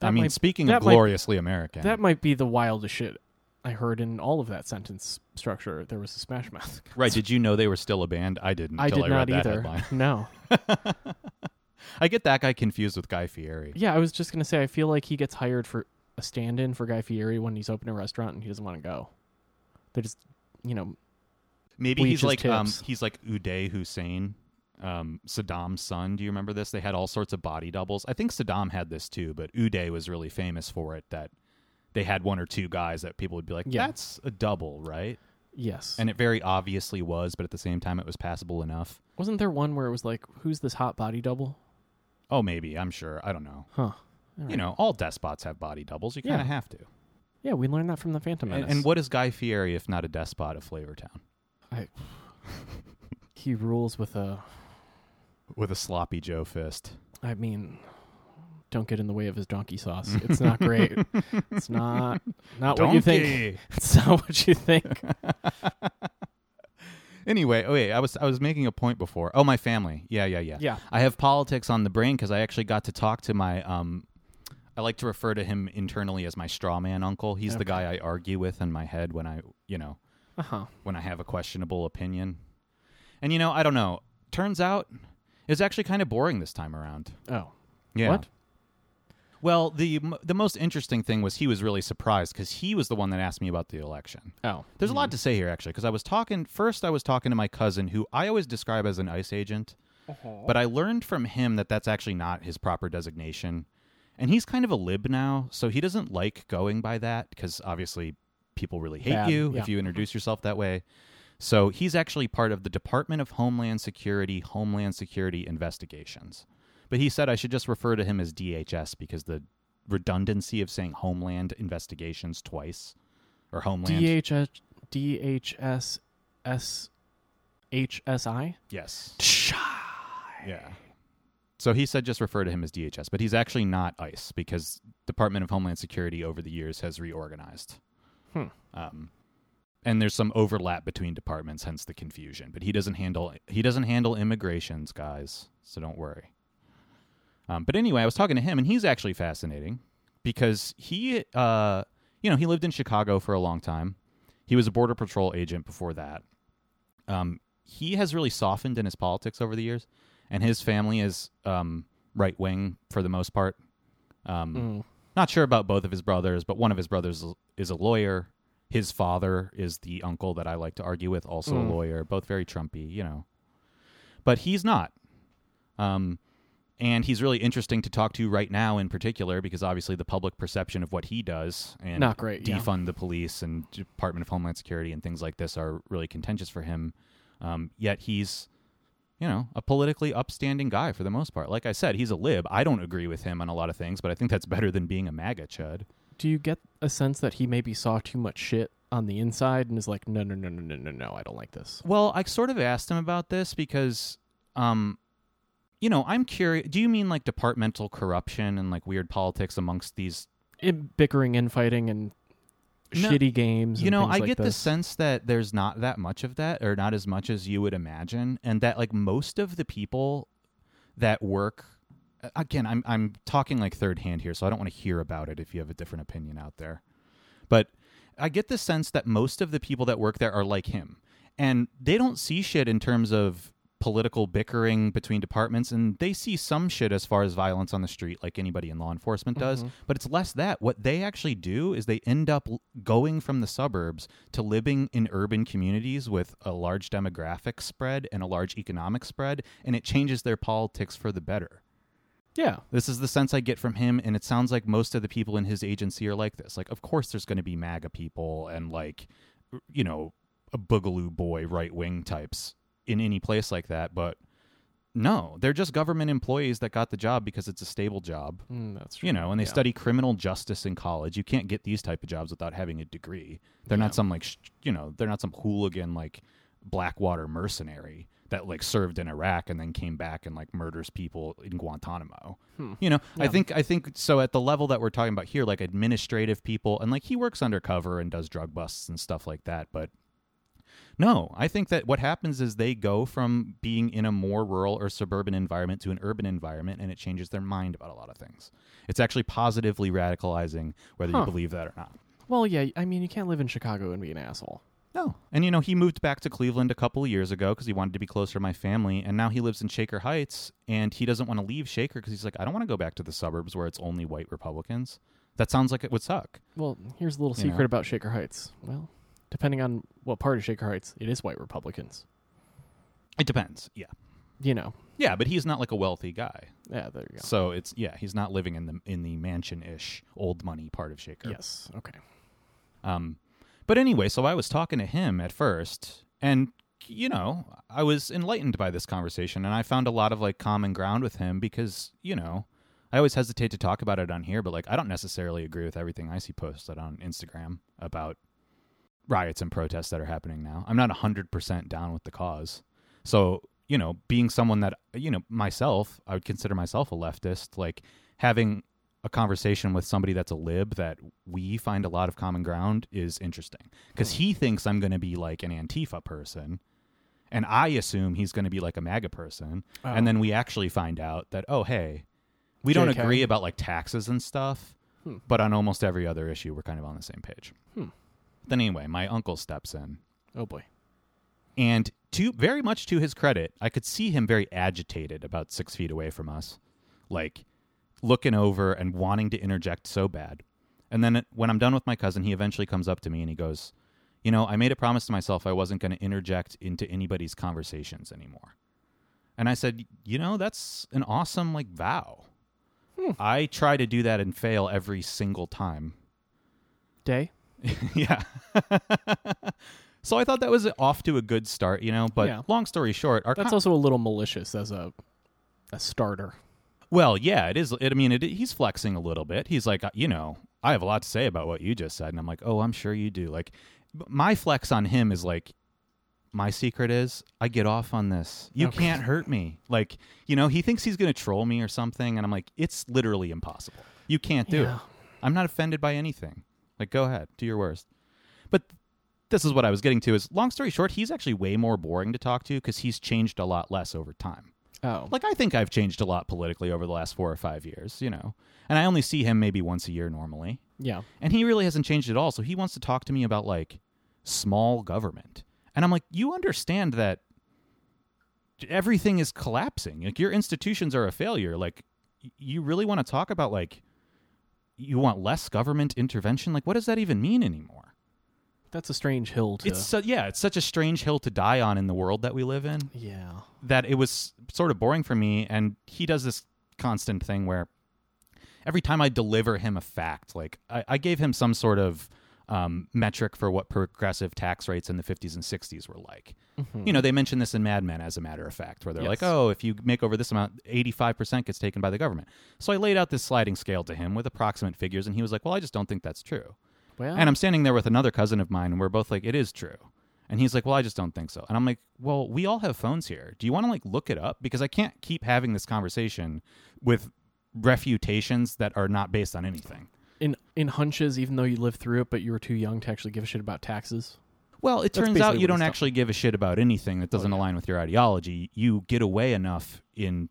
S2: That
S1: mean,
S2: might-
S1: speaking
S2: that
S1: of
S2: might-
S1: gloriously American,
S2: that might be the wildest shit I heard in all of that sentence structure. There was a Smash Mouth.
S1: right? Did you know they were still a band? I didn't.
S2: I
S1: till
S2: did
S1: I
S2: not
S1: read
S2: either.
S1: That
S2: No.
S1: headline. I get that guy confused with Guy Fieri.
S2: Yeah, I was just gonna say I feel like he gets hired for a stand-in for Guy Fieri when he's opening a restaurant and he doesn't want to go. They just, you know,
S1: Maybe
S2: Bleach
S1: he's
S2: his
S1: like um,
S2: tips.
S1: he's like Uday Hussein, um, Saddam's son. Do you remember this? They had all sorts of body doubles. I think Saddam had this too, but Uday was really famous for it. That they had one or two guys that people would be like,
S2: Yeah.
S1: "That's a double, right?"
S2: yes.
S1: And it very obviously was, but at the same time, it was passable enough.
S2: wasn't there one where it was like, "Who's this hot body double?"
S1: Oh, maybe I'm sure. I don't know.
S2: Huh.
S1: You know, all despots have body doubles. You
S2: Yeah.
S1: kind of have to.
S2: Yeah, we learned that from the Phantom
S1: And,
S2: Menace.
S1: and what is Guy Fieri if not a despot of Flavortown
S2: he rules with a.
S1: with a sloppy Joe fist?
S2: I mean, don't get in the way of his donkey sauce. It's not great. it's not not what you think.
S1: Donkey!
S2: It's not what you think.
S1: Anyway, oh wait, I was I was making a point before. Oh, my family. Yeah, yeah, yeah.
S2: Yeah.
S1: I have politics on the brain because I actually got to talk to my um. I like to refer to him internally as my straw man uncle. He's the
S2: Okay.
S1: guy I argue with in my head when I, you know,
S2: Uh huh.
S1: when I have a questionable opinion. And you know, I don't know. Turns out, it's actually kind of boring this time around.
S2: Oh.
S1: Yeah.
S2: What?
S1: Well, the m- the most interesting thing was he was really surprised because he was the one that asked me about the election.
S2: Oh.
S1: There's a lot to say here, actually, because I was talking first. I was talking to my cousin, who I always describe as an ICE agent, but I learned from him that that's actually not his proper designation, and he's kind of a lib now, so he doesn't like going by that because obviously people really hate
S2: Bad,
S1: you
S2: yeah.
S1: if you introduce yourself that way. So he's actually part of the Department of Homeland Security Homeland Security Investigations, but he said I should just refer to him as DHS because the redundancy of saying Homeland Investigations twice. Or Homeland.
S2: DHS DHS S H S I.
S1: Yes. Yeah. So he said just refer to him as DHS, but he's actually not ICE because Department of Homeland Security over the years has reorganized.
S2: Hmm.
S1: Um, and there's some overlap between departments, hence the confusion. But he doesn't handle he doesn't handle immigrations, guys. So don't worry. Um, but anyway, I was talking to him, and he's actually fascinating because he, uh, you know, he lived in Chicago for a long time. He was a border patrol agent before that. Um, he has really softened in his politics over the years, and his family is um, right wing for the most part. Um,
S2: Mm.
S1: Not sure about both of his brothers, but one of his brothers l- is a lawyer. His father is the uncle that I like to argue with, also a
S2: Mm.
S1: lawyer. Both very Trumpy, you know. But he's not. Um, and he's really interesting to talk to right now, in particular, because obviously the public perception of what he does and
S2: Not great, yeah.
S1: defund the police and Department of Homeland Security and things like this are really contentious for him. Um, yet he's you know, a politically upstanding guy for the most part. Like I said, he's a lib. I don't agree with him on a lot of things, but I think that's better than being a MAGA chud.
S2: Do you get a sense that he maybe saw too much shit on the inside and is like, no, no, no, no, no, no, no, I don't like this.
S1: Well, I sort of asked him about this because, um, you know, I'm curious. Do you mean like departmental corruption and like weird politics amongst these?
S2: It, bickering, infighting, and
S1: No,
S2: shitty games.
S1: You
S2: and
S1: know,
S2: things
S1: I
S2: like
S1: get the
S2: this.
S1: sense that there's not that much of that, or not as much as you would imagine, and that like most of the people that work. Again, I'm I'm talking like third hand here, so I don't want to hear about it if you have a different opinion out there. But I get the sense that most of the people that work there are like him. And they don't see shit in terms of political bickering between departments and they see some shit as far as violence on the street like anybody in law enforcement does but it's less that what they actually do is they end up l- going from the suburbs to living in urban communities with a large demographic spread and a large economic spread and it changes their politics for the better
S2: Yeah.
S1: this is the sense I get from him, and it sounds like most of the people in his agency are like this. Like, of course, there's going to be MAGA people and like, you know, a boogaloo boy right wing types in any place like that, but no, they're just government employees that got the job because it's a stable job,
S2: Mm, that's true.
S1: you know. And they
S2: Yeah.
S1: study criminal justice in college. You can't get these type of jobs without having a degree. They're
S2: Yeah.
S1: not some like, sh- you know, they're not some hooligan like Blackwater mercenary that like served in Iraq and then came back and like murders people in Guantanamo.
S2: Hmm.
S1: You know, I
S2: Yeah.
S1: think I think so at the level that we're talking about here, like administrative people and like he works undercover and does drug busts and stuff like that, but no, I think that what happens is they go from being in a more rural or suburban environment to an urban environment and it changes their mind about a lot of things. It's actually positively radicalizing whether
S2: Huh.
S1: you believe that or not.
S2: Well, yeah. I mean, you can't live in Chicago and be an asshole.
S1: No. And you know, he moved back to Cleveland a couple of years ago because he wanted to be closer to my family, and now he lives in Shaker Heights, and he doesn't want to leave Shaker because he's like, I don't want to go back to the suburbs where it's only white Republicans. That sounds like it would suck.
S2: Well, here's a little
S1: You
S2: secret
S1: know.
S2: about Shaker Heights. Well, depending on what part of Shaker Heights, it is white Republicans.
S1: It depends. Yeah.
S2: You know.
S1: Yeah, but he's not like a wealthy guy,
S2: Yeah. There you go.
S1: so it's yeah, he's not living in the in the mansion ish old money part of Shaker.
S2: Yes. Okay.
S1: Um, but anyway, so I was talking to him at first, and you know, I was enlightened by this conversation, and I found a lot of like common ground with him because you know, I always hesitate to talk about it on here, but like I don't necessarily agree with everything I see posted on Instagram about riots and protests that are happening now. I'm not hundred percent down with the cause, so you know, being someone that you know myself, I would consider myself a leftist, like having a conversation with somebody that's a lib that we find a lot of common ground is interesting because he thinks I'm going to be like an Antifa person, and I assume he's going to be like a MAGA person, and then we actually find out that oh hey, we don't
S2: JK.
S1: agree about like taxes and stuff,
S2: Hmm.
S1: but on almost every other issue we're kind of on the same page.
S2: Hmm.
S1: Then anyway, my uncle steps in
S2: Oh boy.
S1: and to very much to his credit, I could see him very agitated about six feet away from us, like looking over and wanting to interject so bad. And then when I'm done with my cousin, he eventually comes up to me and he goes, You know, I made a promise to myself I wasn't going to interject into anybody's conversations anymore. And I said, You know, that's an awesome, like, vow.
S2: Hmm.
S1: I try to do that and fail every single time.
S2: Day.
S1: Yeah. so I thought that was off to a good start, you know. But
S2: Yeah.
S1: long story short, our
S2: That's
S1: con-
S2: also a little malicious as a a starter.
S1: well, yeah, it is. It, I mean, it, he's flexing a little bit. He's like, you know, I have a lot to say about what you just said, and I'm like, oh, I'm sure you do. Like, b- my flex on him is like, my secret is I get off on this. You
S2: Okay.
S1: can't hurt me. Like, you know, he thinks he's gonna troll me or something, and I'm like, it's literally impossible. You can't do it.
S2: Yeah.
S1: I'm not offended by anything. Like, go ahead, do your worst. But this is what I was getting to is long story short, he's actually way more boring to talk to because he's changed a lot less over time.
S2: Oh.
S1: Like, I think I've changed a lot politically over the last four or five years, you know, and I only see him maybe once a year normally.
S2: Yeah.
S1: And he really hasn't changed at all. So he wants to talk to me about like small government. And I'm like, you understand that everything is collapsing. Like your institutions are a failure. Like y- you really want to talk about like you want less government intervention? Like what does that even mean anymore?
S2: That's a strange hill to.
S1: It's so, yeah, it's such a strange hill to die on in the world that we live in
S2: yeah.
S1: that it was sort of boring for me and he does this constant thing where every time i deliver him a fact like i, I gave him some sort of um, metric for what progressive tax rates in the 50s and 60s were like you know they mentioned this in mad men as a matter of fact where they're like
S2: Yes.
S1: oh if you make over this amount 85% gets taken by the government so i laid out this sliding scale to him with approximate figures and he was like well i just don't think that's true
S2: Well,
S1: And I'm standing there with another cousin of mine, and we're both like, "It is true." And he's like, "Well, I just don't think so." And I'm like, "Well, we all have phones here. Do you want to like look it up? Because I can't keep having this conversation with refutations that are not based on anything."
S2: in in hunches, even though you lived through it, but you were too young to actually give a shit about taxes.
S1: Well, it
S2: That's
S1: turns out
S2: basically
S1: you
S2: what he's Oh,
S1: don't
S2: talking-
S1: actually give a shit about anything that doesn't align with your ideology. You get away enough in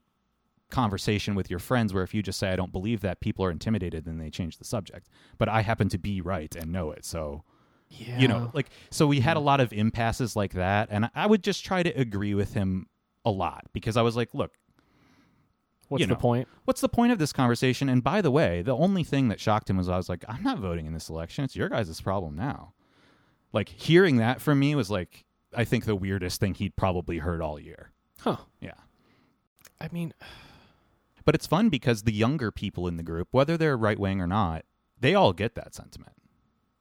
S1: conversation with your friends where if you just say I don't believe that, people are intimidated and they change the subject. But I happen to be right and know it, so
S2: Yeah,
S1: you know like so we had a lot of impasses like that and i would just try to agree with him a lot because i was like look
S2: what's
S1: you
S2: the
S1: know.
S2: point?
S1: what's the point of this conversation and by the way the only thing that shocked him was i was like i'm not voting in this election it's your guys' problem now like hearing that from me was like i think the weirdest thing he'd probably heard all year
S2: Huh?
S1: yeah
S2: I mean,
S1: but it's fun because the younger people in the group whether they're right wing or not they all get that sentiment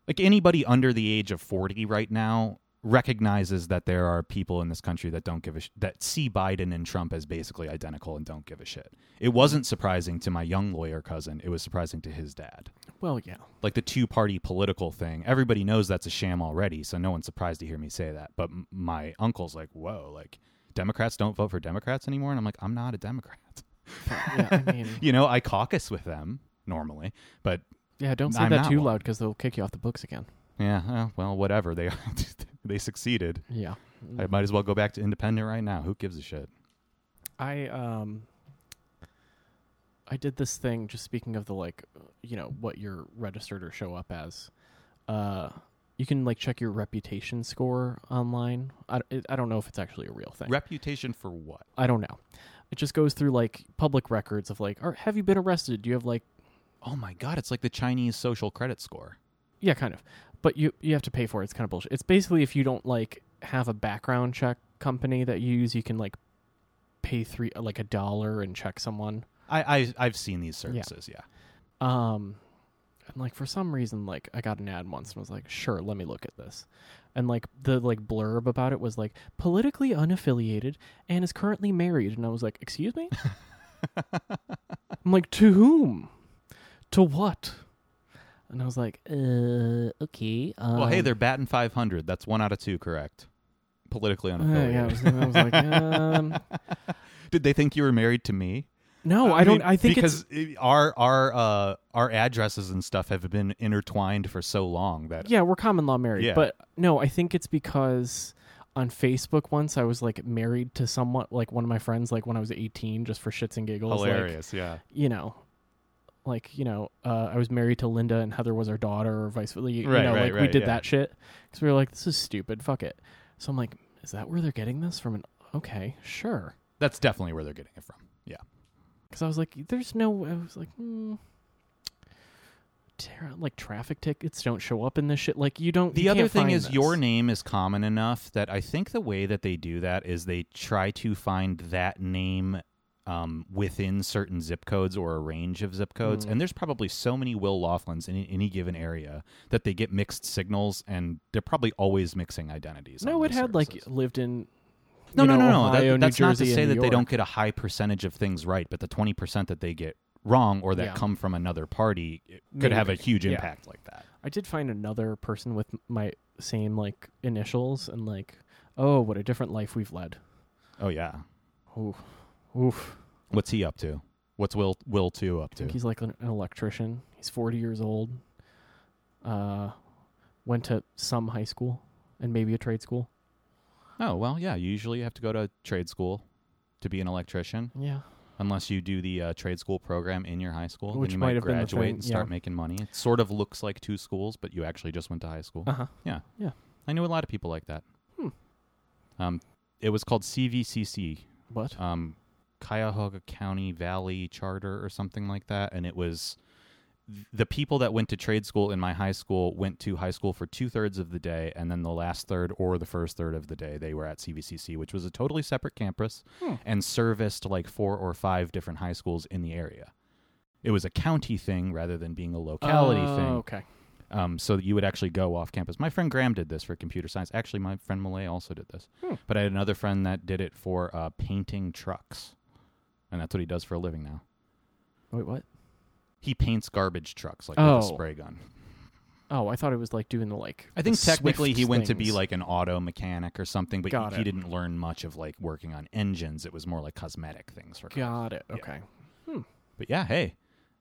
S1: like anybody under the age of 40 right now recognizes that there are people in this country that don't give a sh- that see Biden and Trump as basically identical and don't give a shit. It wasn't surprising to my young lawyer cousin, it was surprising to his dad.
S2: well, yeah.
S1: Like the two-party political thing, everybody knows that's a sham already, so no one's surprised to hear me say that. But m- my uncle's like, "Whoa, like Democrats don't vote for Democrats anymore." And I'm like, "I'm not a Democrat."
S2: yeah, I mean,
S1: You know, I caucus with them normally, but
S2: yeah. Don't say
S1: I'm
S2: that
S1: not
S2: too
S1: one.
S2: loud because they'll kick you off the books again.
S1: yeah, eh, well, whatever. They they succeeded.
S2: Yeah,
S1: I might as well go back to independent right now. Who gives a shit?
S2: I um I did this thing just speaking of the like you know what you're registered or show up as uh you can like check your reputation score online I, it, I don't know if it's actually a real thing
S1: Reputation for what?
S2: I don't know it just goes through like public records of like are, have you been arrested do you have like
S1: Oh my god, it's like the Chinese social credit score.
S2: yeah kind of but you you have to pay for it it's kind of bullshit it's basically if you don't like have a background check company that you use you can like pay three like a dollar and check someone
S1: I, I I've seen these services. Yeah.
S2: Um, and like for some reason, like I got an ad once and was like, sure, let me look at this. And like the like blurb about it was like politically unaffiliated and is currently married. And I was like, excuse me? I'm like, to whom? To what? And I was like,
S3: Uh, okay. Um,
S1: well, hey, they're batting 500. That's one out of two correct. Politically
S2: uh, yeah,
S1: unaffiliated.
S2: I was, I was like, um,
S1: Did they think you were married to me?
S2: no, I, don't.
S1: mean,
S2: I think it's
S1: because it- our our uh our addresses and stuff have been intertwined for so long that
S2: Yeah, we're common law married.
S1: Yeah.
S2: But no, I think it's because on Facebook once I was like married to someone like one of my friends like when I was 18 just for shits and giggles like
S1: hilarious. yeah.
S2: you know like you know uh, I was married to Linda and Heather was our daughter or vice versa you,
S1: Right,
S2: know
S1: right,
S2: like we
S1: right,
S2: did
S1: yeah.
S2: that shit cuz we were like this is stupid fuck it. So I'm like is that where they're getting this from an okay sure
S1: That's definitely where they're getting it from. Yeah.
S2: cuz I was like there's no I was like hmm Tara- like traffic tickets don't show up in this shit like you don't
S1: The
S2: you
S1: other
S2: can't
S1: thing
S2: find
S1: is
S2: this.
S1: your name is common enough that I think the way that they do that is they try to find that name um, within certain zip codes or a range of zip codes.
S2: Mm.
S1: And there's probably so many Will Laughlins in any given area that they get mixed signals, and they're probably always mixing identities.
S2: No,
S1: on
S2: it
S1: those
S2: had like
S1: services.
S2: lived in.
S1: no,
S2: you
S1: no,
S2: know,
S1: no, no. That-
S2: Ohio,
S1: that's
S2: New
S1: not to
S2: Jersey, and
S1: say
S2: New
S1: that they
S2: York.
S1: don't get a high percentage of things right, but the twenty percent that they get wrong or that
S2: Yeah.
S1: come from another party it could have a
S2: Maybe.
S1: huge
S2: Yeah.
S1: impact like that.
S2: I did find another person with my same like initials and like, oh, what a different life we've led.
S1: Oh yeah.
S2: Oof, oof.
S1: What's he up to? What's Will Will two up
S2: I
S1: to?
S2: think he's like an, an electrician. He's forty years old. Uh, went to some high school and maybe a trade school.
S1: Oh, well, yeah. You usually have to go to trade school to be an electrician,
S2: Yeah,
S1: unless you do the uh, trade school program in your high school.
S2: Which
S1: then you
S2: might
S1: might,
S2: have been the
S1: graduate
S2: thing,
S1: and start
S2: yeah.
S1: making money. It sort of looks like two schools, but you actually just went to high school.
S2: uh huh.
S1: I knew a lot of people like that.
S2: Hmm.
S1: Um, it was called CVCC,
S2: What?
S1: um, Cuyahoga County Valley Charter or something like that, and it was th- the people that went to trade school in my high school went to high school for two thirds of the day, and then the last third or the first third of the day they were at CVCC, which was a totally separate campus
S2: Hmm.
S1: and serviced like four or five different high schools in the area. It was a county thing rather than being a locality
S2: Oh,
S1: thing
S2: Okay.
S1: um, so that you would actually go off campus. My friend Graham did this for computer science. Actually, my friend Malay also did this.
S2: Hmm.
S1: But I had another friend that did it for uh, painting trucks, and that's what he does for a living now.
S2: Wait, what?
S1: He paints garbage trucks like with
S2: Oh.
S1: a spray gun.
S2: Oh, I thought it was like doing the like.
S1: I think
S2: the
S1: technically
S2: Swift
S1: he went to be
S2: things.
S1: like an auto mechanic or something, but
S2: Got
S1: he, he
S2: it.
S1: didn't learn much of like working on engines. It was more like cosmetic things for cars.
S2: Got it.
S1: Yeah.
S2: Okay.
S1: But yeah, hey,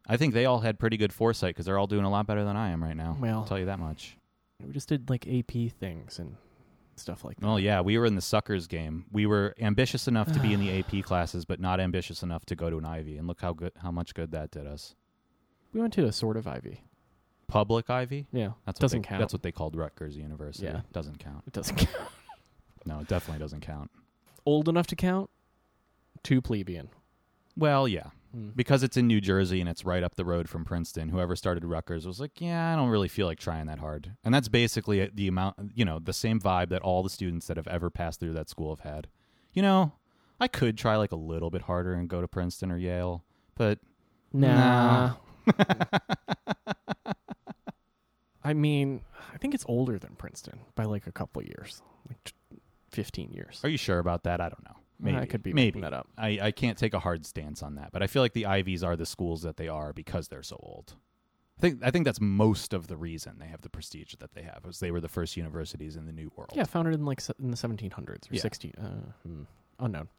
S1: I think they all had pretty good foresight because they're all doing a lot better than I am right now.
S2: Well.
S1: I'll tell you that much.
S2: We just did like AP things and stuff like that.
S1: Well, yeah, we were in the suckers game. We were ambitious enough to be in the AP classes, but not ambitious enough to go to an Ivy. And look how good, how much good that did us.
S2: We went to a sort of Ivy.
S1: Public Ivy.
S2: Yeah.
S1: That's what
S2: doesn't
S1: they,
S2: count.
S1: That's what they called Rutgers University.
S2: Yeah.
S1: Doesn't count.
S2: it doesn't count.
S1: No, it definitely doesn't count.
S2: Old enough to count? Too plebeian.
S1: Well, yeah.
S2: Hmm.
S1: because it's in New Jersey and it's right up the road from Princeton, whoever started Rutgers was like, yeah, I don't really feel like trying that hard. And that's basically it- the amount, you know, the same vibe that all the students that have ever passed through that school have had. You know, I could try like a little bit harder and go to Princeton or Yale, but
S2: Nah. I mean, I think it's older than Princeton by like a couple years, like t- 15 years.
S1: are you sure about that? I don't know. Maybe.
S2: Uh, I could be
S1: Maybe.
S2: making that up.
S1: I, I can't take a hard stance on that, but I feel like the Ivies are the schools that they are because they're so old. I think I think that's most of the reason they have the prestige that they have, is they were the first universities in the new world.
S2: Yeah, founded in like se- in the 1700s or
S1: Yeah.
S2: 16. Uh, hmm, unknown.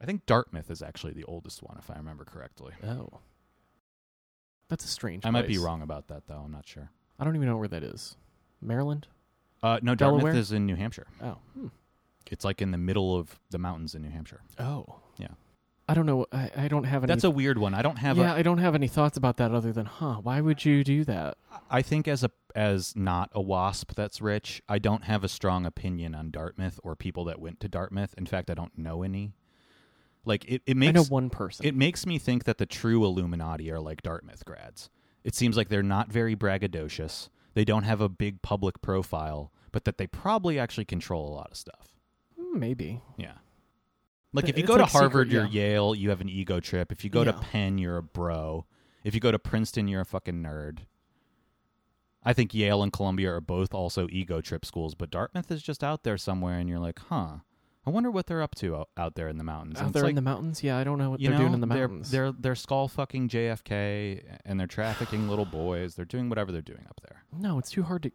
S1: I think Dartmouth is actually the oldest one, if I remember correctly.
S2: Oh. That's a strange
S1: I might be
S2: place.
S1: wrong about that, though. I'm not sure.
S2: I don't even know where that is. Maryland?
S1: Uh, no,
S2: Delaware?
S1: Dartmouth is in New Hampshire.
S2: Oh. Hmm.
S1: It's like in the middle of the mountains in New Hampshire.
S2: Oh.
S1: Yeah.
S2: I don't know. I, I don't have any.
S1: That's a weird one. I don't have.
S2: yeah,
S1: A,
S2: I I don't have any thoughts about that other than, huh? Why would you do that?
S1: I think as a as not a wasp that's rich, I don't have a strong opinion on Dartmouth or people that went to Dartmouth. In fact, I don't know any. Like it, it
S2: I know
S1: makes
S2: one person.
S1: it makes me think that the true Illuminati are like Dartmouth grads. It seems like they're not very braggadocious. They don't have a big public profile, but that they probably actually control a lot of stuff.
S2: Hmm, Maybe.
S1: Yeah. Like
S2: Th-
S1: if you
S2: it's
S1: go to
S2: like secret,
S1: Harvard, you're
S2: yeah.
S1: Yale, you have an ego trip. If you go to
S2: Yeah.
S1: Penn, you're a bro. If you go to Princeton, you're a fucking nerd. I think Yale and Columbia are both also ego trip schools, but Dartmouth is just out there somewhere, and you're like, huh, I wonder what they're up to out, out there in the mountains. And
S2: Out
S1: it's
S2: there
S1: like,
S2: in the mountains? Yeah, I don't know what
S1: you
S2: they're
S1: know,
S2: doing in the
S1: they're-
S2: mountains.
S1: They're they're, skull fucking JFK and they're trafficking little boys. They're doing whatever they're doing up there.
S2: No, it's too hard to,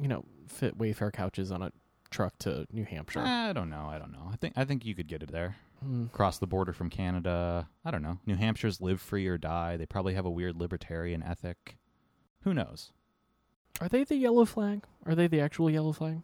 S2: you know, fit Wayfair couches on a truck to New Hampshire.
S1: I don't know. I don't know. I think I think you could get it there.
S2: Hmm.
S1: Cross the border from Canada. I don't know. New Hampshire's live free or die. They probably have a weird libertarian ethic. Who knows?
S2: Are they the yellow flag? Are they the actual yellow flag?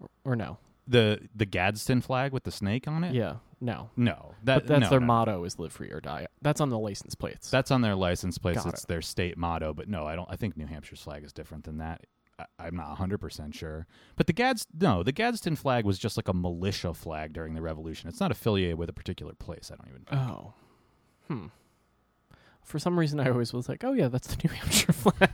S2: Or, or no?
S1: The the Gadsden flag with the snake on it?
S2: Yeah, no.
S1: No. That,
S2: but that's
S1: no,
S2: their
S1: no, no.
S2: motto: is "Live free or die." That's on the license plates.
S1: That's on their license plates.
S2: Got
S1: it's their state motto, but no, I don't. I think New Hampshire's flag is different than that. I, I'm not 100 percent sure. But the Gads, no, the Gadsden flag was just like a militia flag during the Revolution. It's not affiliated with a particular place. I don't even.
S2: oh, hmm. For some reason, I always was like, "Oh yeah, that's the New Hampshire flag."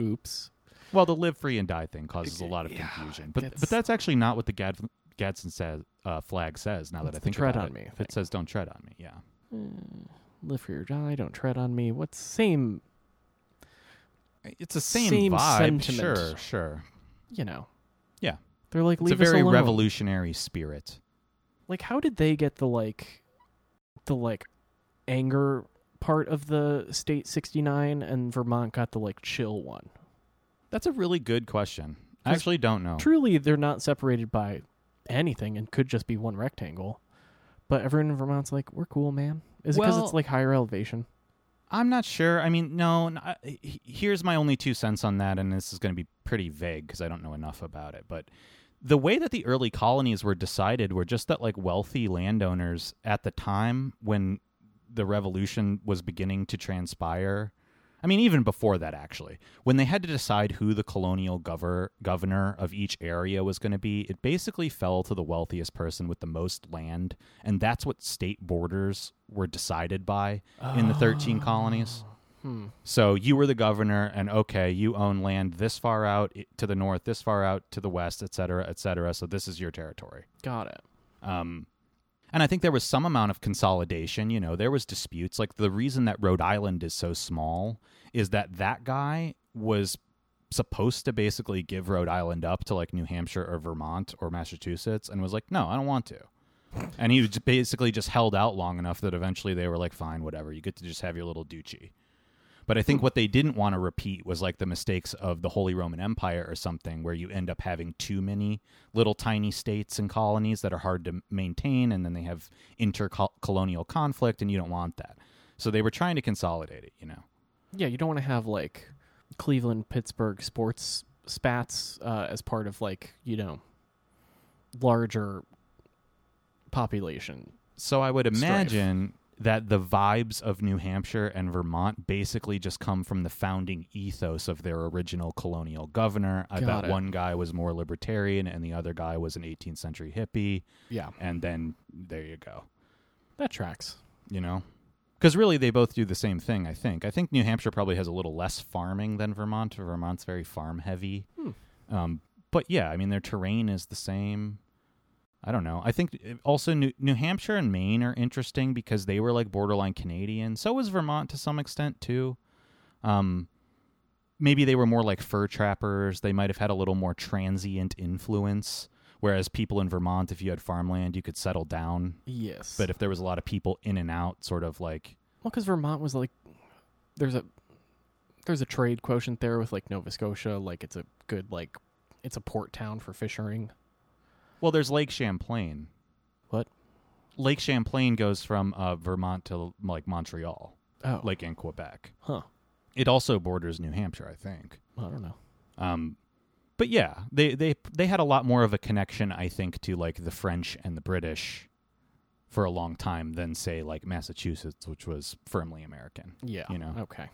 S2: Oops.
S1: Well, the live free and die thing causes a lot of
S2: Yeah,
S1: confusion, but
S2: that's-
S1: but that's actually not what the Gad, Gadsden says, uh, flag says. Now that
S2: It's
S1: I
S2: the
S1: think
S2: tread
S1: about
S2: on
S1: it.
S2: me
S1: If it says "Don't tread on me," yeah,
S2: Mm, live free or die. Don't tread on me. What's same?
S1: it's the same,
S2: Same
S1: vibe.
S2: sentiment.
S1: Sure, sure.
S2: You know.
S1: Yeah.
S2: They're like,
S1: It's a
S2: leave us
S1: very
S2: alone.
S1: revolutionary spirit.
S2: like how did they get the like the like anger part of the state 69 and vermont got the like chill one
S1: That's a really good question. I
S2: 'Cause
S1: actually don't know.
S2: truly they're not separated by anything and could just be one rectangle but everyone in vermont's like we're cool man is it because
S1: Well-
S2: it's like higher elevation
S1: I'm not sure. I mean, no. n- I- he- here's my only two cents on that, and this is going to be pretty vague because I don't know enough about it. But the way that the early colonies were decided were just that, like, wealthy landowners at the time when the revolution was beginning to transpire. I mean, even before that, actually, when they had to decide who the colonial gover- governor of each area was going to be, it basically fell to the wealthiest person with the most land, and that's what state borders were decided by in the 13 colonies.
S2: hmm
S1: So you were the governor, and okay, you own land this far out i- to the north, this far out to the west, et cetera, et cetera. So this is your territory.
S2: got it
S1: Um, and I think there was some amount of consolidation. You know, there was disputes. Like the reason that Rhode Island is so small is that that guy was supposed to basically give Rhode Island up to like New Hampshire or Vermont or Massachusetts, and was like, no, I don't want to. And he was basically just held out long enough that eventually they were like, fine, whatever. You get to just have your little duchy. But I
S2: Hmm.
S1: think what they didn't want to repeat was like the mistakes of the Holy Roman Empire or something, where you end up having too many little tiny states and colonies that are hard to maintain, and then they have intercolonial conflict, and you don't want that. So they were trying to consolidate it, you know.
S2: Yeah, you don't want to have like Cleveland Pittsburgh sports spats uh, as part of like you know larger population.
S1: So I would
S2: Strife.
S1: imagine that the vibes of New Hampshire and Vermont basically just come from the founding ethos of their original colonial governor. I
S2: Got
S1: bet
S2: it.
S1: one guy was more libertarian and the other guy was an 18th century hippie.
S2: Yeah,
S1: And then there you go,
S2: that tracks.
S1: you know? Because really, they both do the same thing, I think. I think New Hampshire probably has a little less farming than Vermont. Vermont's very farm heavy.
S2: Hmm.
S1: Um, but yeah, I mean, their terrain is the same. I don't know. I think uh, also New, New Hampshire and Maine are interesting because they were like borderline Canadian. So was Vermont to some extent too. Um, maybe they were more like fur trappers. They might have had a little more transient influence. Whereas people in Vermont, if you had farmland, you could settle down.
S2: Yes,
S1: But if there was a lot of people in and out, sort of like
S2: Well, because Vermont was like, there's a there's a trade quotient there with like Nova Scotia. Like it's a good like it's a port town for fishing.
S1: Well, there's Lake Champlain.
S2: What?
S1: Lake Champlain goes from uh, Vermont to like Montreal,
S2: Oh,
S1: like in Quebec.
S2: huh?
S1: It also borders New Hampshire, I think.
S2: I don't know.
S1: Um, but yeah, they they they had a lot more of a connection, I think, to like the French and the British for a long time than say like Massachusetts, which was firmly American.
S2: Yeah.
S1: You know.
S2: Okay.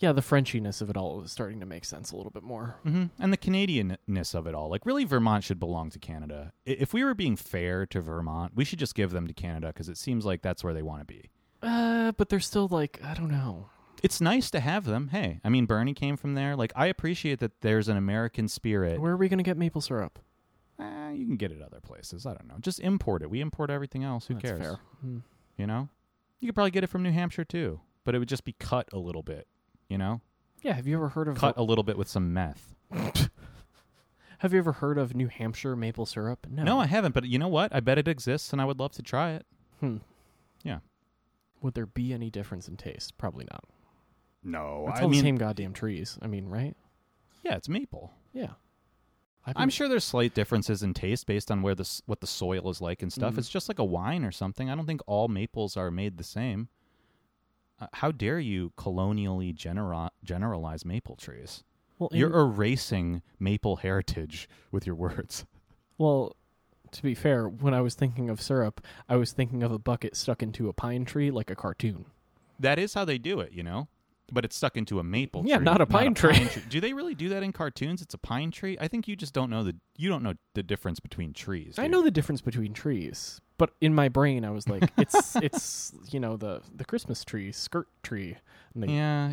S2: Yeah, the Frenchiness of it all is starting to make sense a little bit more.
S1: hmm And the Canadianness of it all. Like, really, Vermont should belong to Canada. I- If we were being fair to Vermont, we should just give them to Canada because it seems like that's where they want to be.
S2: Uh, but they're still like I don't know.
S1: it's nice to have them. Hey, I mean, Bernie came from there. Like, I appreciate that there's an American spirit.
S2: Where are we gonna get maple syrup?
S1: Eh, you can get it other places. I don't know. Just import it. We import everything else. Who
S2: That's
S1: cares?
S2: Fair. Hmm.
S1: You know, you could probably get it from New Hampshire too, but it would just be cut a little bit. You know,
S2: Yeah. Have you ever heard of uh,
S1: cut a little bit with some meth.
S2: Have you ever heard of New Hampshire maple syrup? No.
S1: No, I haven't. But you know what? I bet it exists, and I would love to try it.
S2: Hmm.
S1: Yeah.
S2: Would there be any difference in taste? Probably not.
S1: No,
S2: It's
S1: I
S2: all
S1: mean,
S2: the same goddamn trees. I mean, right?
S1: yeah, it's maple.
S2: Yeah. I've
S1: I'm
S2: been-
S1: sure there's slight differences in taste based on where this what the soil is like and stuff.
S2: Mhm.
S1: It's just like a wine or something. I don't think all maples are made the same. Uh, how dare you colonially genera- generalize maple trees?
S2: Well, in-
S1: You're erasing maple heritage with your words.
S2: well, to be fair, when I was thinking of syrup, I was thinking of a bucket stuck into a pine tree like a cartoon.
S1: That is how they do it, you know. But it's stuck into a maple
S2: Yeah,
S1: tree.
S2: not a pine tree.
S1: Do they really do that in cartoons? It's a pine tree. I think you just don't know the you don't know the difference between trees.
S2: I
S1: dude.
S2: know the difference between trees, but in my brain, I was like, it's it's you know the the Christmas tree, skirt tree, and they,
S1: Yeah.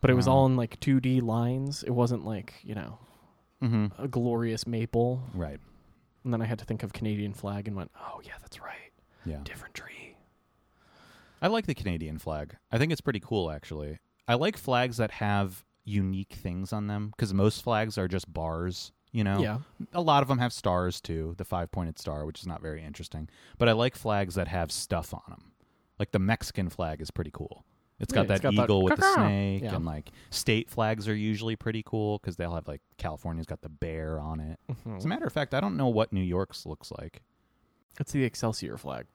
S2: but it was
S1: Wow.
S2: all in like 2D lines. It wasn't like you know
S1: Mm-hmm.
S2: a glorious maple.
S1: Right.
S2: And then I had to think of Canadian flag and went, oh yeah, that's right,
S1: Yeah.
S2: different tree.
S1: I like the Canadian flag. I think it's pretty cool, actually. I like flags that have unique things on them because most flags are just bars. You know,
S2: Yeah,
S1: a lot of them have stars too. The five-pointed star, which is not very interesting, but I like flags that have stuff on them. Like the Mexican flag is pretty cool. It's
S2: Yeah,
S1: got
S2: it's
S1: that
S2: got that
S1: eagle with the
S2: caw-caw.
S1: snake,
S2: Yeah.
S1: and like state flags are usually pretty cool because they'll have like California's got the bear on it.
S2: Mm-hmm. Mm.
S1: As a matter of fact, I don't know what New York's looks like.
S2: it's the Excelsior flag.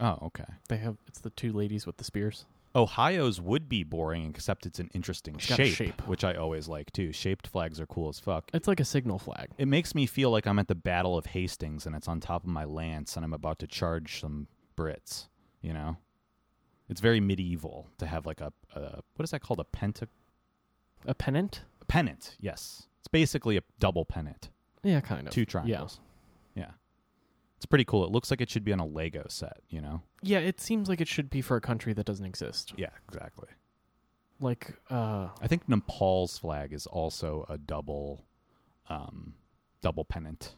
S1: Oh, okay.
S2: They have it's the two ladies with the spears.
S1: Ohio's would be boring, except it's an interesting
S2: It's got a
S1: shape,
S2: shape.
S1: which I always like too. Shaped flags are cool as fuck.
S2: It's like a signal flag.
S1: It makes me feel like I'm at the Battle of Hastings and it's on top of my lance and I'm about to charge some Brits. You know, it's very medieval to have like a, a what is that called? A penta
S2: A pennant?
S1: pennant? Yes, it's basically a double pennant,
S2: Yeah, kind of.
S1: two triangles. Yeah. it's pretty cool. It looks like it should be on a Lego set. You know?
S2: Yeah, it seems like it should be for a country that doesn't exist.
S1: Yeah, exactly.
S2: Like uh
S1: I think Nepal's flag is also a double, um, double pennant.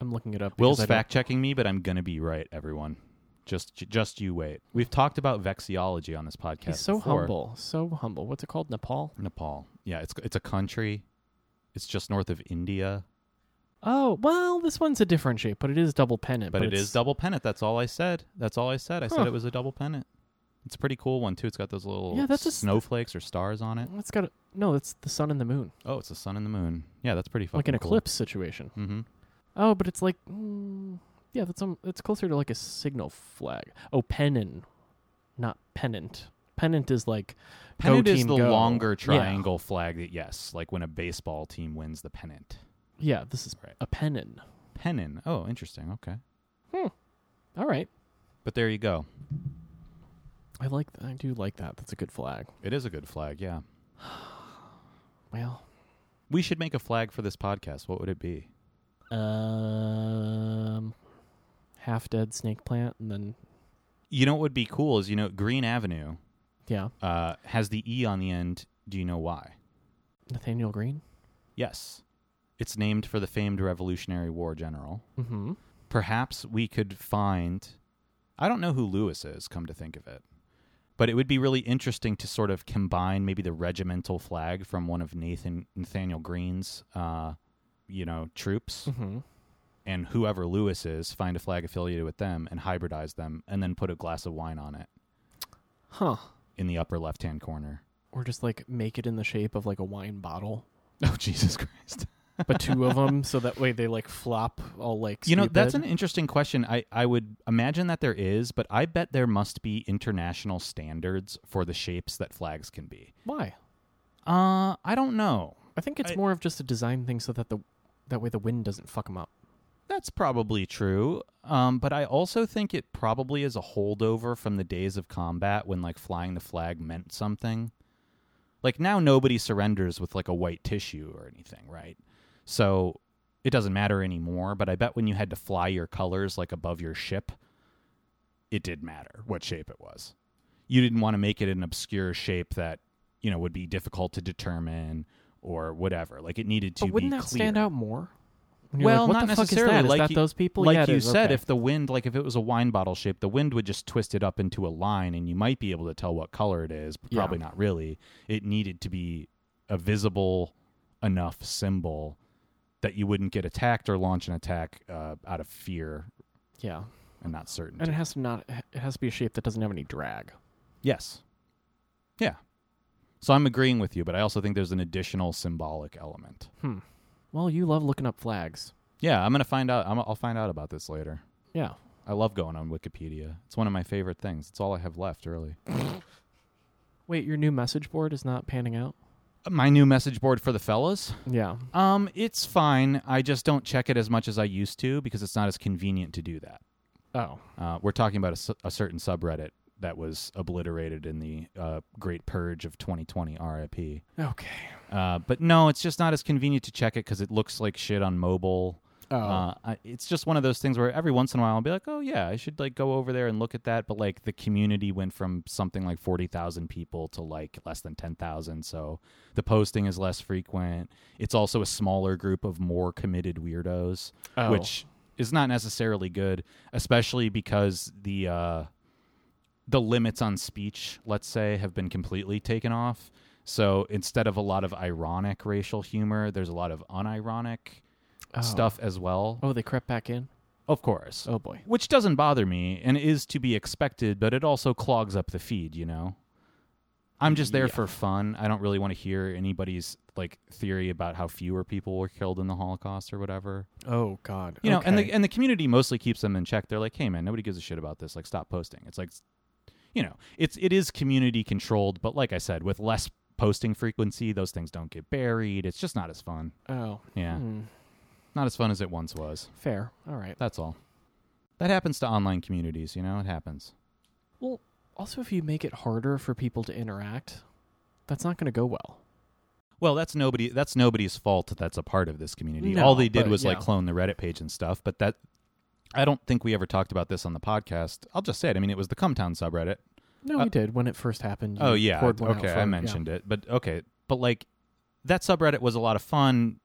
S2: I'm looking it up.
S1: Will's
S2: because I don't-
S1: fact checking me, but I'm gonna be right, everyone. Just, j- just you wait. We've talked about vexiology on this podcast.
S2: He's so
S1: before.
S2: humble. So humble. What's it called? Nepal?
S1: Nepal, yeah, it's it's a country. It's just north of India,
S2: Oh, well, this one's a different shape, but it is double pennant.
S1: but, it
S2: it's-
S1: is double pennant. That's all I said. That's all I said. I
S2: Huh.
S1: said it was a double pennant. It's a pretty cool one too. It's got those little
S2: Yeah, that's a s-
S1: snowflakes or stars on it.
S2: It's got a, no. It's the sun and the moon,
S1: Oh, it's the sun and the moon. Yeah, that's pretty fucking
S2: like an
S1: cool.
S2: eclipse situation.
S1: Mm-hmm.
S2: Oh, but it's like, mm, yeah, that's um, it's closer to like a signal flag. Oh, pennon, not pennant. Pennant is like Go
S1: Pennant is
S2: team,
S1: the
S2: go.
S1: longer
S2: Yeah.
S1: triangle flag that yes, like when a baseball team wins the pennant.
S2: yeah, this is
S1: Right.
S2: a pennon.
S1: Pennon. Oh, interesting. Okay.
S2: All right,
S1: But there you go.
S2: I like I do like that. That's a good flag.
S1: It is a good flag, yeah.
S2: Well,
S1: We should make a flag for this podcast. What would it be?
S2: um, half dead snake plant, and then
S1: You know what would be cool is you know Green Avenue
S2: yeah,
S1: uh, has the E on the end. Do you know why?
S2: Nathaniel Green.
S1: Yes. It's named for the famed Revolutionary War general.
S2: Mm-hmm.
S1: Perhaps we could find I don't know who Lewis is, come to think of it. But it would be really interesting to sort of combine maybe the regimental flag from one of Nathan Nathaniel Greene's uh, you know, troops
S2: Mm-hmm.
S1: and whoever Lewis is, find a flag affiliated with them and hybridize them and then put a glass of wine on it
S2: Huh.
S1: in the upper left hand corner.
S2: Or just like make it in the shape of like a wine bottle,
S1: Oh Jesus Christ.
S2: but two of them, so that way they like flop all like.
S1: You know, that's an
S2: stupid.
S1: interesting question. I, I would imagine that there is, but I bet there must be international standards for the shapes that flags can be.
S2: why.
S1: Uh, I don't know.
S2: I think it's
S1: I-
S2: more of just a design thing so that the that way the wind doesn't fuck them up.
S1: That's probably true. Um, but I also think it probably is a holdover from the days of combat when like flying the flag meant something. Like now nobody surrenders with like a white tissue or anything, right? So it doesn't matter anymore, but I bet when you had to fly your colors like above your ship, it did matter what shape it was. You didn't want to make it an obscure shape that, you know, would be difficult to determine or whatever. Like it needed to
S2: But wouldn't
S1: be
S2: that
S1: clear.
S2: stand out more? When you're
S1: Well,
S2: like, what
S1: not
S2: the fuck
S1: necessarily.
S2: Is that? Is
S1: Like
S2: that
S1: you-
S2: those people?
S1: like
S2: Yeah, it
S1: you
S2: is.
S1: said
S2: Okay.
S1: if the wind like if it was a wine bottle shape the wind would just twist it up into a line and you might be able to tell what color it is but
S2: Yeah.
S1: probably not really it needed to be a visible enough symbol that you wouldn't get attacked or launch an attack uh, out of fear
S2: yeah,
S1: and not certainty
S2: and it has to not it has to be a shape that doesn't have any drag.
S1: yes yeah so i'm agreeing with you but i also think there's an additional symbolic element
S2: Well, you love looking up flags.
S1: yeah i'm gonna find out I'm, i'll find out about this later
S2: Yeah.
S1: i love going on wikipedia it's one of my favorite things it's all i have left really
S2: Wait, your new message board is not panning out.
S1: my new message board for the fellas
S2: Yeah.
S1: um it's fine i just don't check it as much as i used to because it's not as convenient to do that
S2: Oh.
S1: uh, we're talking about a, s- a certain subreddit that was obliterated in the uh, great purge of 2020 rip
S2: Okay.
S1: uh, but no it's just not as convenient to check it because it looks like shit on mobile
S2: Oh.
S1: uh, I, it's just one of those things where every once in a while I'll be like, oh yeah, I should like go over there and look at that. But like the community went from something like forty thousand people to like less than ten thousand, so the posting is less frequent. It's also a smaller group of more committed weirdos,
S2: Oh.
S1: which is not necessarily good, especially because the uh, the limits on speech, let's say, have been completely taken off. So instead of a lot of ironic racial humor, there's a lot of unironic
S2: Oh.
S1: stuff as well.
S2: Oh, they crept back in.
S1: Of course.
S2: Oh boy.
S1: Which doesn't bother me and is to be expected, but it also clogs up the feed, you know? I'm just there
S2: Yeah.
S1: for fun. I don't really want to hear anybody's like theory about how fewer people were killed in the Holocaust or whatever.
S2: Oh God.
S1: You know, and the
S2: Okay.
S1: and the community mostly keeps them in check. They're like, "Hey man, nobody gives a shit about this. Like stop posting." It's like you know, it's it is community controlled, but like I said, with less posting frequency, those things don't get buried. It's just not as fun.
S2: oh.
S1: Yeah.
S2: Hmm.
S1: Not as fun as it once was.
S2: Fair. All right.
S1: That's all. That happens to online communities, you know, it happens.
S2: Well, also if you make it harder for people to interact, that's not going to go well.
S1: Well, that's nobody that's nobody's fault that that's a part of this community.
S2: No,
S1: all they did
S2: but,
S1: was like
S2: yeah.
S1: clone the Reddit page and stuff, but that I don't think we ever talked about this on the podcast. I'll just say it. I mean, it was the Cumtown subreddit.
S2: No,
S1: Uh,
S2: we did when it first happened. you
S1: oh yeah.
S2: poured one out
S1: Okay,
S2: for-
S1: I mentioned it. But okay, but like that subreddit was a lot of fun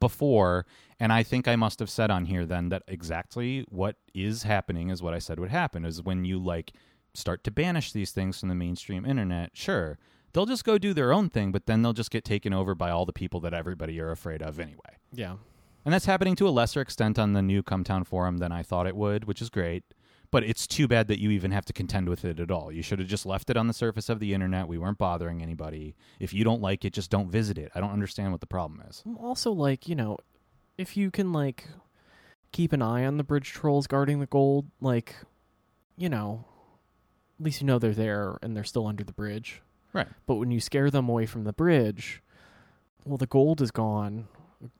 S1: before and I think I must have said on here then that exactly what is happening is what I said would happen is when you like start to banish these things from the mainstream internet, sure, they'll just go do their own thing, but then they'll just get taken over by all the people that everybody are afraid of anyway.
S2: Yeah.
S1: And that's happening to a lesser extent on the new Cumtown forum than I thought it would, which is great. But it's too bad that you even have to contend with it at all. You should have just left it on the surface of the internet. We weren't bothering anybody. If you don't like it, just don't visit it. I don't understand what the problem is.
S2: I'm Mm, also like, you know, if you can like keep an eye on the bridge trolls guarding the gold, like, you know, at least you know they're there and they're still under the bridge.
S1: Right.
S2: But when you scare them away from the bridge, well, the gold is gone.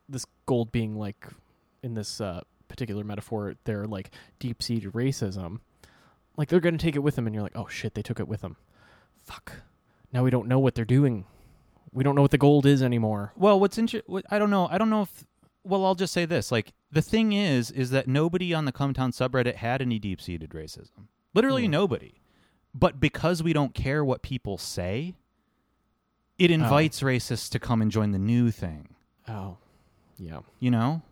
S2: This gold being like, in this uh, particular metaphor, they're like deep seated racism. Like they're gonna take it with them, and you're like, oh shit, they took it with them. Fuck. Now we don't know what they're doing. We don't know what the gold is anymore.
S1: Well, what's interesting, I don't know. I don't know if. Well, I'll just say this: like the thing is, is that nobody on the Cometown subreddit had any deep-seated racism. Literally
S2: Hmm.
S1: nobody. But because we don't care what people say, it invites racists to come and join the new thing.
S2: Oh, yeah.
S1: You know.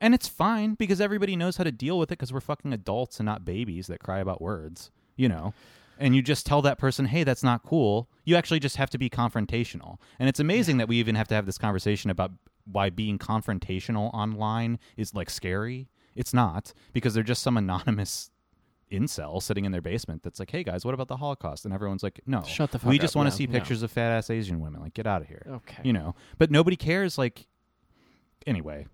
S1: And it's fine because everybody knows how to deal with it because we're fucking adults and not babies that cry about words, you know. And you just tell that person, hey, that's not cool. You actually just have to be confrontational. And it's amazing that we even have to have this conversation about why being confrontational online is like scary. It's not because they're just some anonymous incel sitting in their basement that's like, hey guys, what about the Holocaust? And everyone's like, no.
S2: Shut the fuck
S1: We
S2: up,
S1: just want
S2: yeah,
S1: to see
S2: no.
S1: pictures of fat ass Asian women. Like, get out of here.
S2: Okay.
S1: You know, but nobody cares. Like, anyway,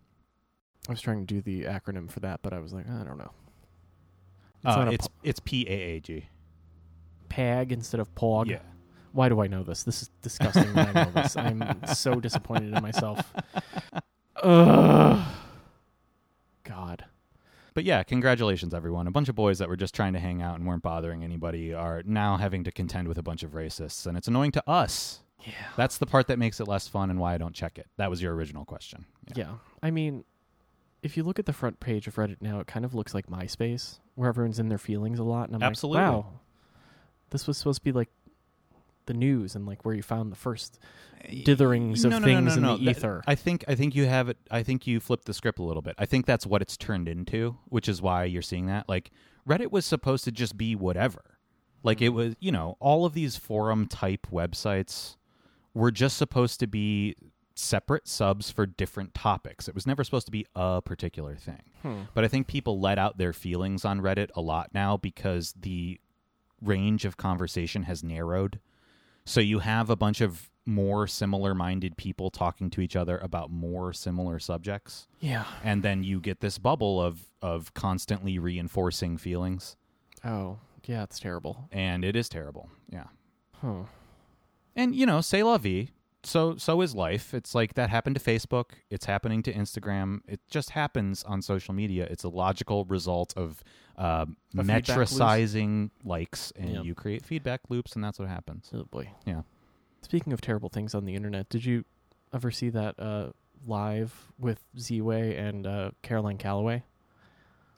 S2: I was trying to do the acronym for that, but I was like, I don't know.
S1: It's,
S2: It's not a
S1: Uh, it's, it's P A A G.
S2: PAG instead of POG.
S1: Yeah.
S2: Why do I know this? This is disgusting. that I know this. I'm so disappointed in myself. Ugh. God.
S1: But yeah, congratulations, everyone. A bunch of boys that were just trying to hang out and weren't bothering anybody are now having to contend with a bunch of racists, and it's annoying to us.
S2: Yeah.
S1: That's the part that makes it less fun and why I don't check it. That was your original question.
S2: yeah. I mean, if you look at the front page of Reddit now, it kind of looks like MySpace, where everyone's in their feelings a lot. And I'm
S1: Absolutely.
S2: like, wow, this was supposed to be like the news and like where you found the first ditherings of
S1: No, no, no,
S2: things
S1: no, no.
S2: in the
S1: That-
S2: ether.
S1: I think I think you have it. I think you flipped the script a little bit. I think that's what it's turned into, which is why you're seeing that. Like Reddit was supposed to just be whatever. Like
S2: Mm-hmm.
S1: it was, you know, all of these forum type websites were just supposed to be separate subs for different topics. It was never supposed to be a particular thing.
S2: Hmm.
S1: But I think people let out their feelings on Reddit a lot now because the range of conversation has narrowed. So you have a bunch of more similar minded people talking to each other about more similar subjects.
S2: Yeah.
S1: And then you get this bubble of, of constantly reinforcing feelings.
S2: Oh, yeah, it's terrible.
S1: And it is terrible. Yeah.
S2: Huh.
S1: And, you know, say la vie. So, so is life. It's like that happened to Facebook. It's happening to Instagram. It just happens on social media. It's a logical result of uh,
S2: feedback loop.
S1: metricizing likes, and
S2: Yep.
S1: you create feedback loops, and that's what happens.
S2: Oh boy.
S1: Yeah.
S2: Speaking of terrible things on the internet, did you ever see that uh, live with Z Way and uh, Caroline Calloway?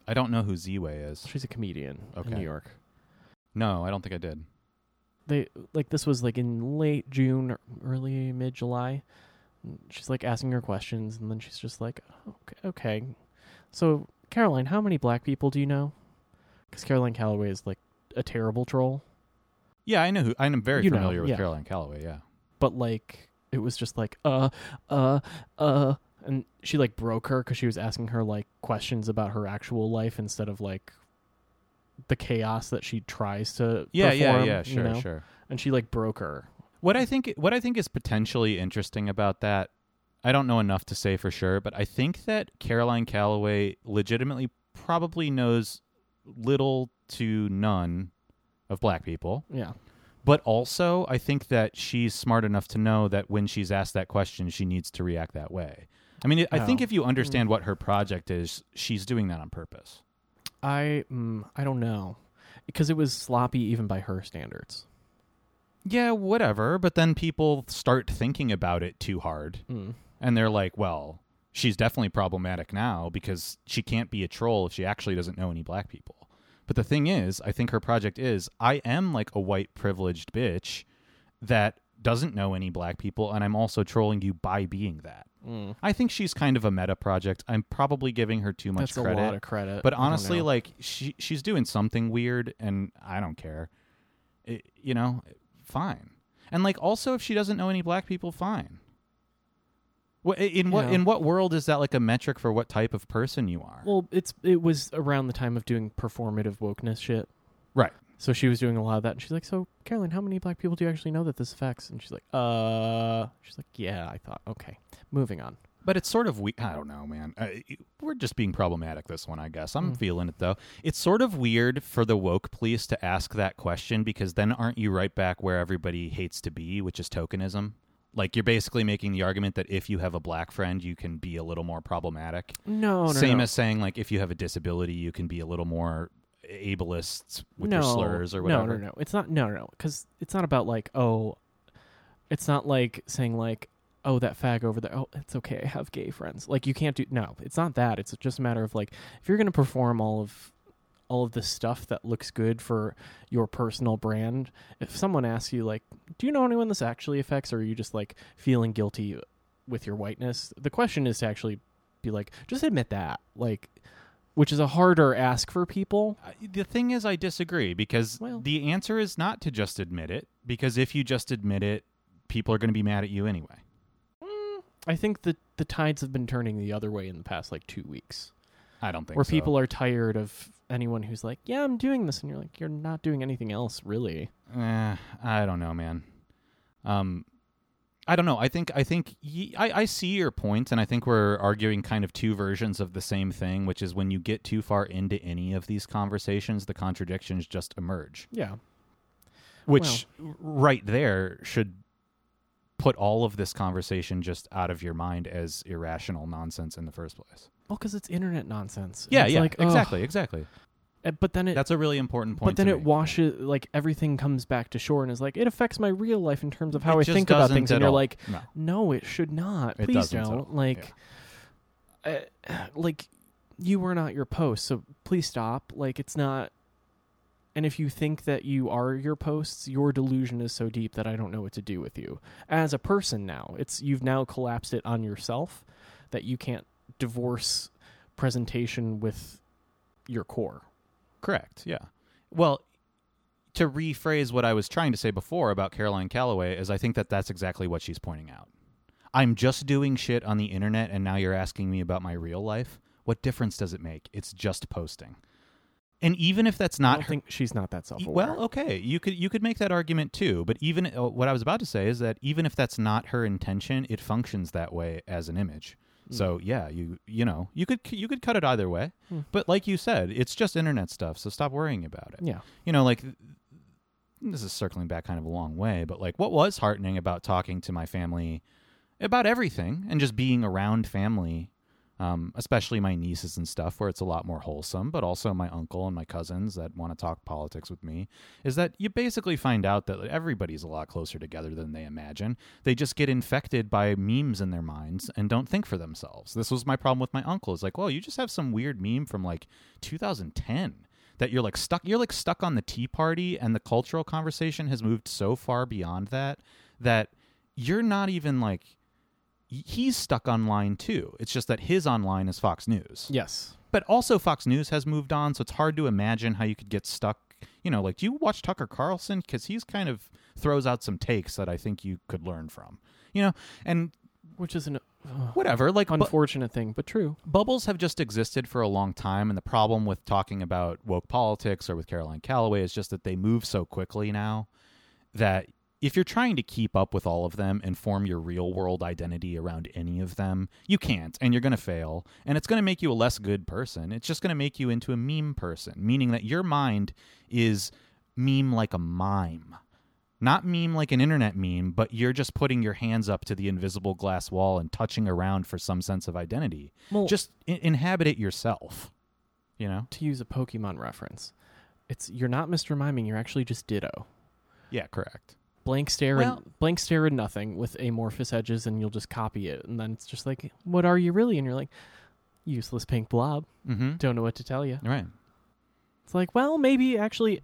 S1: I don't know who Z Way is.
S2: She's a comedian
S1: Okay.
S2: in New York.
S1: No, I don't think I did.
S2: They like this was like in late June, or early mid July. She's like asking her questions, and then she's just like, "Okay, okay. so Caroline, how many black people do you know?" Because Caroline Calloway is like a terrible troll.
S1: Yeah, I know who. I'm very
S2: You know,
S1: familiar with
S2: yeah.
S1: Caroline Calloway. Yeah.
S2: but like it was just like uh uh uh and she like broke her because she was asking her like questions about her actual life instead of like the chaos that she tries to
S1: Yeah, yeah,
S2: perform,
S1: yeah.
S2: you
S1: Sure,
S2: know?
S1: sure.
S2: and she like broke her
S1: What I think, what I think is potentially interesting about that, I don't know enough to say for sure, but I think that Caroline Calloway legitimately probably knows little to none of black people,
S2: yeah
S1: but also I think that she's smart enough to know that when she's asked that question, she needs to react that way. I mean, I think
S2: Oh.
S1: if you understand what her project is, she's doing that on purpose.
S2: i mm, i don't know because it was sloppy even by her standards
S1: Yeah, whatever. But then people start thinking about it too hard.
S2: mm.
S1: And they're like, well, she's definitely problematic now because she can't be a troll if she actually doesn't know any black people. But the thing is, I think her project is I am like a white privileged bitch that doesn't know any black people, and I'm also trolling you by being that.
S2: Mm.
S1: I think she's kind of a meta project. I'm probably giving her too much
S2: that's
S1: credit.
S2: a lot of credit
S1: But
S2: I don't
S1: honestly,
S2: know.
S1: like she she's doing something weird, and I don't care. It, you know, fine. And like also, if she doesn't know any black people, fine. Wha- i- in what
S2: Yeah.
S1: in what world is that like a metric for what type of person you are?
S2: Well, it's it was around the time of doing performative wokeness shit.
S1: Right.
S2: So she was doing a lot of that, and she's like, "So, Caroline, how many black people do you actually know that this affects?" And she's like, "Uh," she's like, "Yeah, I thought." Okay, moving on.
S1: But it's sort of we I don't know, man. Uh, we're just being problematic this one, I guess. I'm
S2: Mm.
S1: feeling it though. It's sort of weird for the woke police to ask that question because then aren't you right back where everybody hates to be, which is tokenism? Like you're basically making the argument that if you have a black friend, you can be a little more problematic.
S2: Oh, No, no,
S1: Same
S2: no.
S1: as saying like if you have a disability, you can be a little more ableist with your
S2: No,
S1: slurs or whatever.
S2: No, no, no. It's not. No, no, no. Because it's not about like, oh, it's not like saying like, oh, that fag over there. Oh, it's okay. I have gay friends. Like, you can't do. No, it's not that. It's just a matter of like, if you're gonna perform all of all of the stuff that looks good for your personal brand, if someone asks you like, do you know anyone this actually affects, or are you just like feeling guilty with your whiteness? The question is to actually be like, just admit that, like. Which is a harder ask for people.
S1: I- the thing is i disagree because
S2: Well-
S1: the answer is not to just admit it because if you just admit it people are going to be mad at you anyway
S2: I think that the tides have been turning the other way in the past like two weeks,
S1: i don't think
S2: where
S1: so.
S2: people are tired of anyone who's like, "Yeah, I'm doing this," and you're like, "You're not doing anything else, really."
S1: Eh, i don't know man um i don't know i think i think y- I, I see your point and i think we're arguing kind of two versions of the same thing which is when you get too far into any of these conversations the contradictions just emerge
S2: Yeah,
S1: which r- right there should put all of this conversation just out of your mind as irrational nonsense in the first place
S2: well, because it's internet nonsense. And
S1: Yeah,
S2: it's
S1: yeah,
S2: like, ugh.
S1: exactly, exactly.
S2: Uh, But then it,
S1: That's a really important point.
S2: but then
S1: to
S2: it
S1: make.
S2: washes like everything comes back to shore and is like, it affects my real life in terms of how
S1: It
S2: I
S1: just
S2: think about
S1: doesn't
S2: things, and
S1: at
S2: you're
S1: all.
S2: like,
S1: No.
S2: no, it should not.
S1: It
S2: Please
S1: doesn't at all.
S2: don't. Like, uh, like you were not your post, so please stop. Like, it's not. And if you think that you are your posts, your delusion is so deep that I don't know what to do with you as a person. Now it's you've now collapsed it on yourself that you can't divorce presentation with your core.
S1: correct. Yeah. Well, to rephrase what I was trying to say before about Caroline Calloway is, I think that that's exactly what she's pointing out. I'm just doing shit on the internet, and now you're asking me about my real life. What difference does it make? It's just posting. And even if that's
S2: I
S1: not
S2: don't
S1: her,
S2: think she's not that self
S1: E-
S2: aware.
S1: Well, okay, you could you could make that argument too, but even uh, what I was about to say is that even if that's not her intention, it functions that way as an image.
S2: Hmm.
S1: So yeah, you you know you could you could cut it either way,
S2: Mm.
S1: but like you said, it's just internet stuff, so stop worrying about it.
S2: yeah,
S1: You know, like th- this is circling back kind of a long way, but like what was heartening about talking to my family about everything and just being around family. Um, especially my nieces and stuff, where it's a lot more wholesome, but also my uncle and my cousins that want to talk politics with me is that you basically find out that everybody's a lot closer together than they imagine. They just get infected by memes in their minds and don't think for themselves. This was my problem with my uncle. It's like, well, you just have some weird meme from like 2010 that you're like stuck you're like stuck on the tea party and the cultural conversation has moved so far beyond that that you're not even like y- he's stuck online too. It's just that his online is Fox News
S2: yes,
S1: but also Fox News has moved on, so it's hard to imagine how you could get stuck. You know, like, do you watch Tucker Carlson? Because he's kind of throws out some takes that I think you could learn from. You know, and
S2: which is an ugh,
S1: whatever. Like, bu-
S2: unfortunate thing, but true.
S1: bubbles have just existed for a long time, and the problem with talking about woke politics or with Caroline Calloway is just that they move so quickly now that if you're trying to keep up with all of them and form your real world identity around any of them, you can't, and you're going to fail. And it's going to make you a less good person. It's just going to make you into a meme person, meaning that your mind is meme like a mime. Not meme like an internet meme, but you're just putting your hands up to the invisible glass wall and touching around for some sense of identity.
S2: Well,
S1: Just I- inhabit it yourself. You know?
S2: to use a Pokemon reference, it's you're not Mr. Miming, you're actually just Ditto.
S1: Yeah, correct.
S2: Blank stare
S1: Well-
S2: and blank stare and nothing with amorphous edges and you'll just copy it and then it's just like, What are you really? And you're like, Useless pink blob.
S1: Mm-hmm.
S2: Don't know what to tell you.
S1: Right.
S2: It's like, well, maybe actually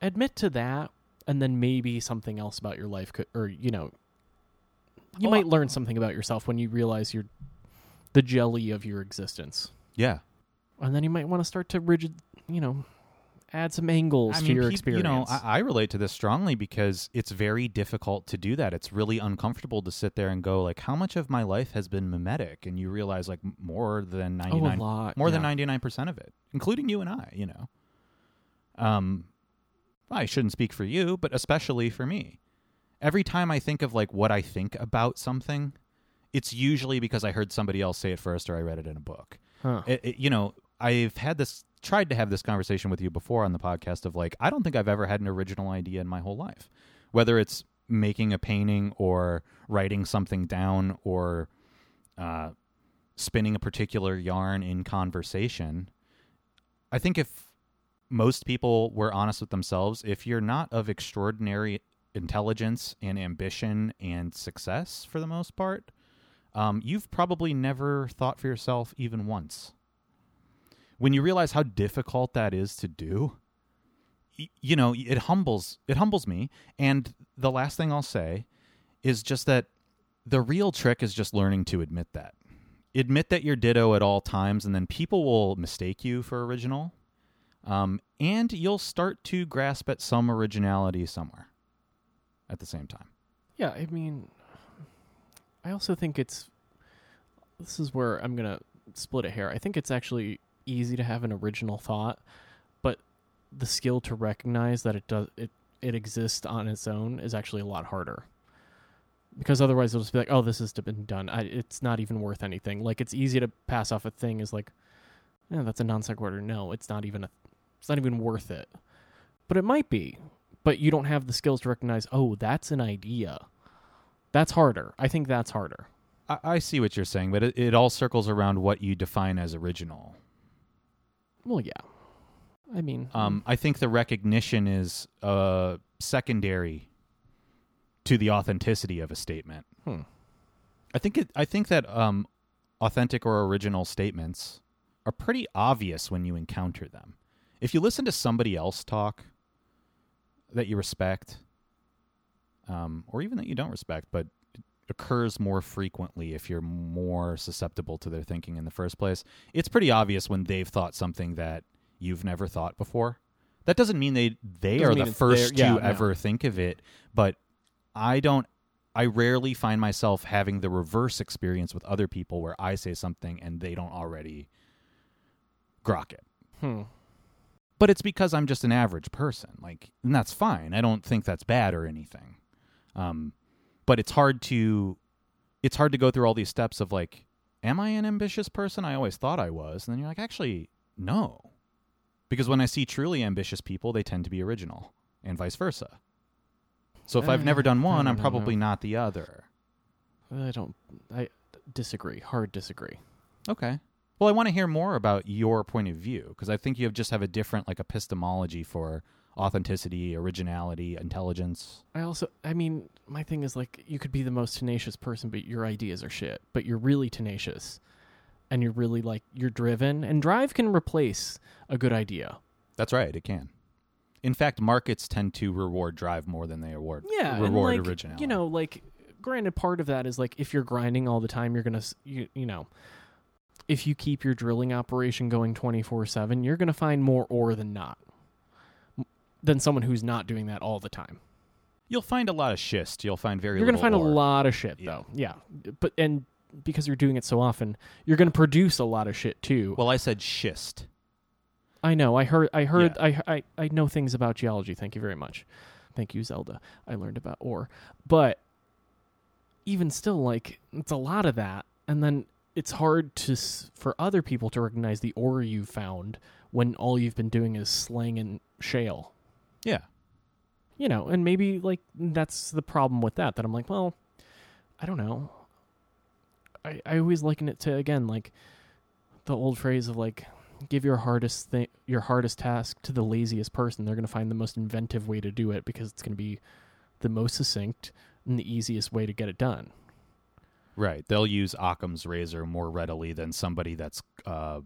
S2: admit to that and then maybe something else about your life could or you know you
S1: Oh,
S2: might learn something about yourself when you realize you're the jelly of your existence.
S1: Yeah.
S2: and then you might want to start to rigid you know add some angles
S1: I
S2: to
S1: mean,
S2: your
S1: peop-
S2: experience.
S1: You know, I, I relate to this strongly because it's very difficult to do that. It's really uncomfortable to sit there and go like, how much of my life has been mimetic? And you realize like m- more than ninety
S2: oh, a
S1: nine,
S2: lot
S1: more than
S2: yeah.
S1: ninety nine percent of it, including you and I. You know, um, I shouldn't speak for you, but especially for me. Every time I think of like what I think about something, it's usually because I heard somebody else say it first or I read it in a book
S2: Huh.
S1: it, it- you know, I've had this tried to have this conversation with you before on the podcast of like I don't think I've ever had an original idea in my whole life. Whether it's making a painting or writing something down or uh spinning a particular yarn in conversation, I think if most people were honest with themselves, if you're not of extraordinary intelligence and ambition and success for the most part, um, you've probably never thought for yourself even once. When you realize how difficult that is to do, y- you know it humbles it humbles me. And the last thing I'll say is just that the real trick is just learning to admit that. Admit that you're ditto at all times, and then people will mistake you for original. Um, and you'll start to grasp at some originality somewhere at the same time.
S2: Yeah, I mean, I also think it's. This is where I'm gonna split it here. I think it's actually easy to have an original thought, but the skill to recognize that it does it it exists on its own is actually a lot harder. Because otherwise, it'll just be like, "Oh, this has been done. I, it's not even worth anything." Like, it's easy to pass off a thing as like, "Yeah, that's a non sequitur." No, it's not even a. It's not even worth it. But it might be but you don't have the skills to recognize, oh, that's an idea. That's harder. I think that's harder.
S1: I, I see what you're saying, but it, it all circles around what you define as original.
S2: Well, yeah. I mean, hmm.
S1: Um, I think the recognition is uh, secondary to the authenticity of a statement.
S2: Hmm.
S1: I think it, I think that um, authentic or original statements are pretty obvious when you encounter them. If you listen to somebody else talk that you respect, um, or even that you don't respect, but it occurs more frequently if you're more susceptible to their thinking in the first place, it's pretty obvious when they've thought something that you've never thought before. That doesn't mean they they
S2: Doesn't
S1: are
S2: mean
S1: the
S2: it's
S1: first
S2: their- yeah,
S1: to
S2: no.
S1: ever think of it, but I don't I rarely find myself having the reverse experience with other people where I say something and they don't already grok it.
S2: hmm.
S1: But it's because I'm just an average person. Like, and that's fine. I don't think that's bad or anything. Um, but it's hard to, it's hard to go through all these steps of like, am I an ambitious person? I always thought I was. And then you're like, actually, no. Because when I see truly ambitious people, they tend to be original and vice versa. So if I've never done
S2: Uh,
S1: one,
S2: I
S1: I'm
S2: don't
S1: probably not the other.
S2: I don't. I disagree. Hard disagree.
S1: Okay. Well, I want to hear more about your point of view because I think you have just have a different like epistemology for authenticity, originality, intelligence.
S2: I also. I mean, my thing is like, you could be the most tenacious person, but your ideas are shit. But you're really tenacious, and you're really like you're driven, and drive can replace a good idea.
S1: That's right, it can. In fact, markets tend to reward drive more than they award
S2: yeah and,
S1: reward
S2: like,
S1: originality.
S2: you know like granted part of that is like if you're grinding all the time you're gonna s- you, you know if you keep your drilling operation going 24-7 you're gonna find more ore than not M- than someone who's not doing that all the time
S1: you'll find a lot of schist. You'll find very.
S2: you're gonna
S1: little
S2: find
S1: ore.
S2: a lot of shit
S1: Yeah.
S2: though yeah but and because you're doing it so often you're gonna produce a lot of shit too
S1: Well, I said schist.
S2: i know i heard i heard I, I i know things about geology thank you very much thank you zelda i learned about ore but even still like it's a lot of that and then it's hard to s- for other people to recognize the ore you found when all you've been doing is slanging shale
S1: Yeah.
S2: you know and maybe like that's the problem with that that i'm like well i don't know i i always liken it to again like the old phrase of like give your hardest thing your hardest task to the laziest person they're going to find the most inventive way to do it because it's going to be the most succinct and the easiest way to get it done
S1: Right. They'll use Occam's razor more readily than somebody that's uh,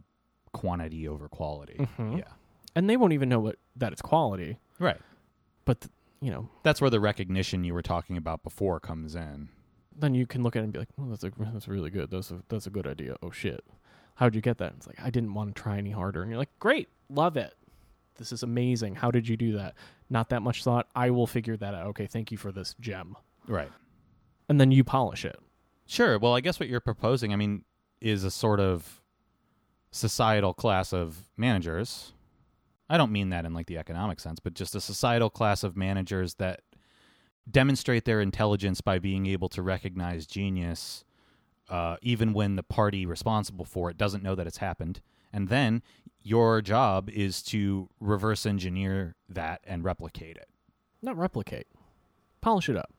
S1: quantity over quality.
S2: Mhm.
S1: Yeah.
S2: and they won't even know what that it's quality
S1: Right.
S2: but th- you know
S1: That's where the recognition you were talking about before comes in.
S2: then you can look at it and be like, "Oh, that's a, that's really good. That's a that's a good idea. Oh shit, how'd you get that?" It's like I didn't want to try any harder, and you're like, "Great, love it." this is amazing. How did you do that? Not that much thought. I will figure that out. Okay, thank you for this gem.
S1: Right.
S2: And then you polish it.
S1: Sure. Well, I guess what you're proposing, I mean, is a sort of societal class of managers. I don't mean that in like the economic sense, but just a societal class of managers that demonstrate their intelligence by being able to recognize genius, uh, even when the party responsible for it doesn't know that it's happened. And then your job is to reverse engineer that and replicate it.
S2: Not replicate. Polish it up.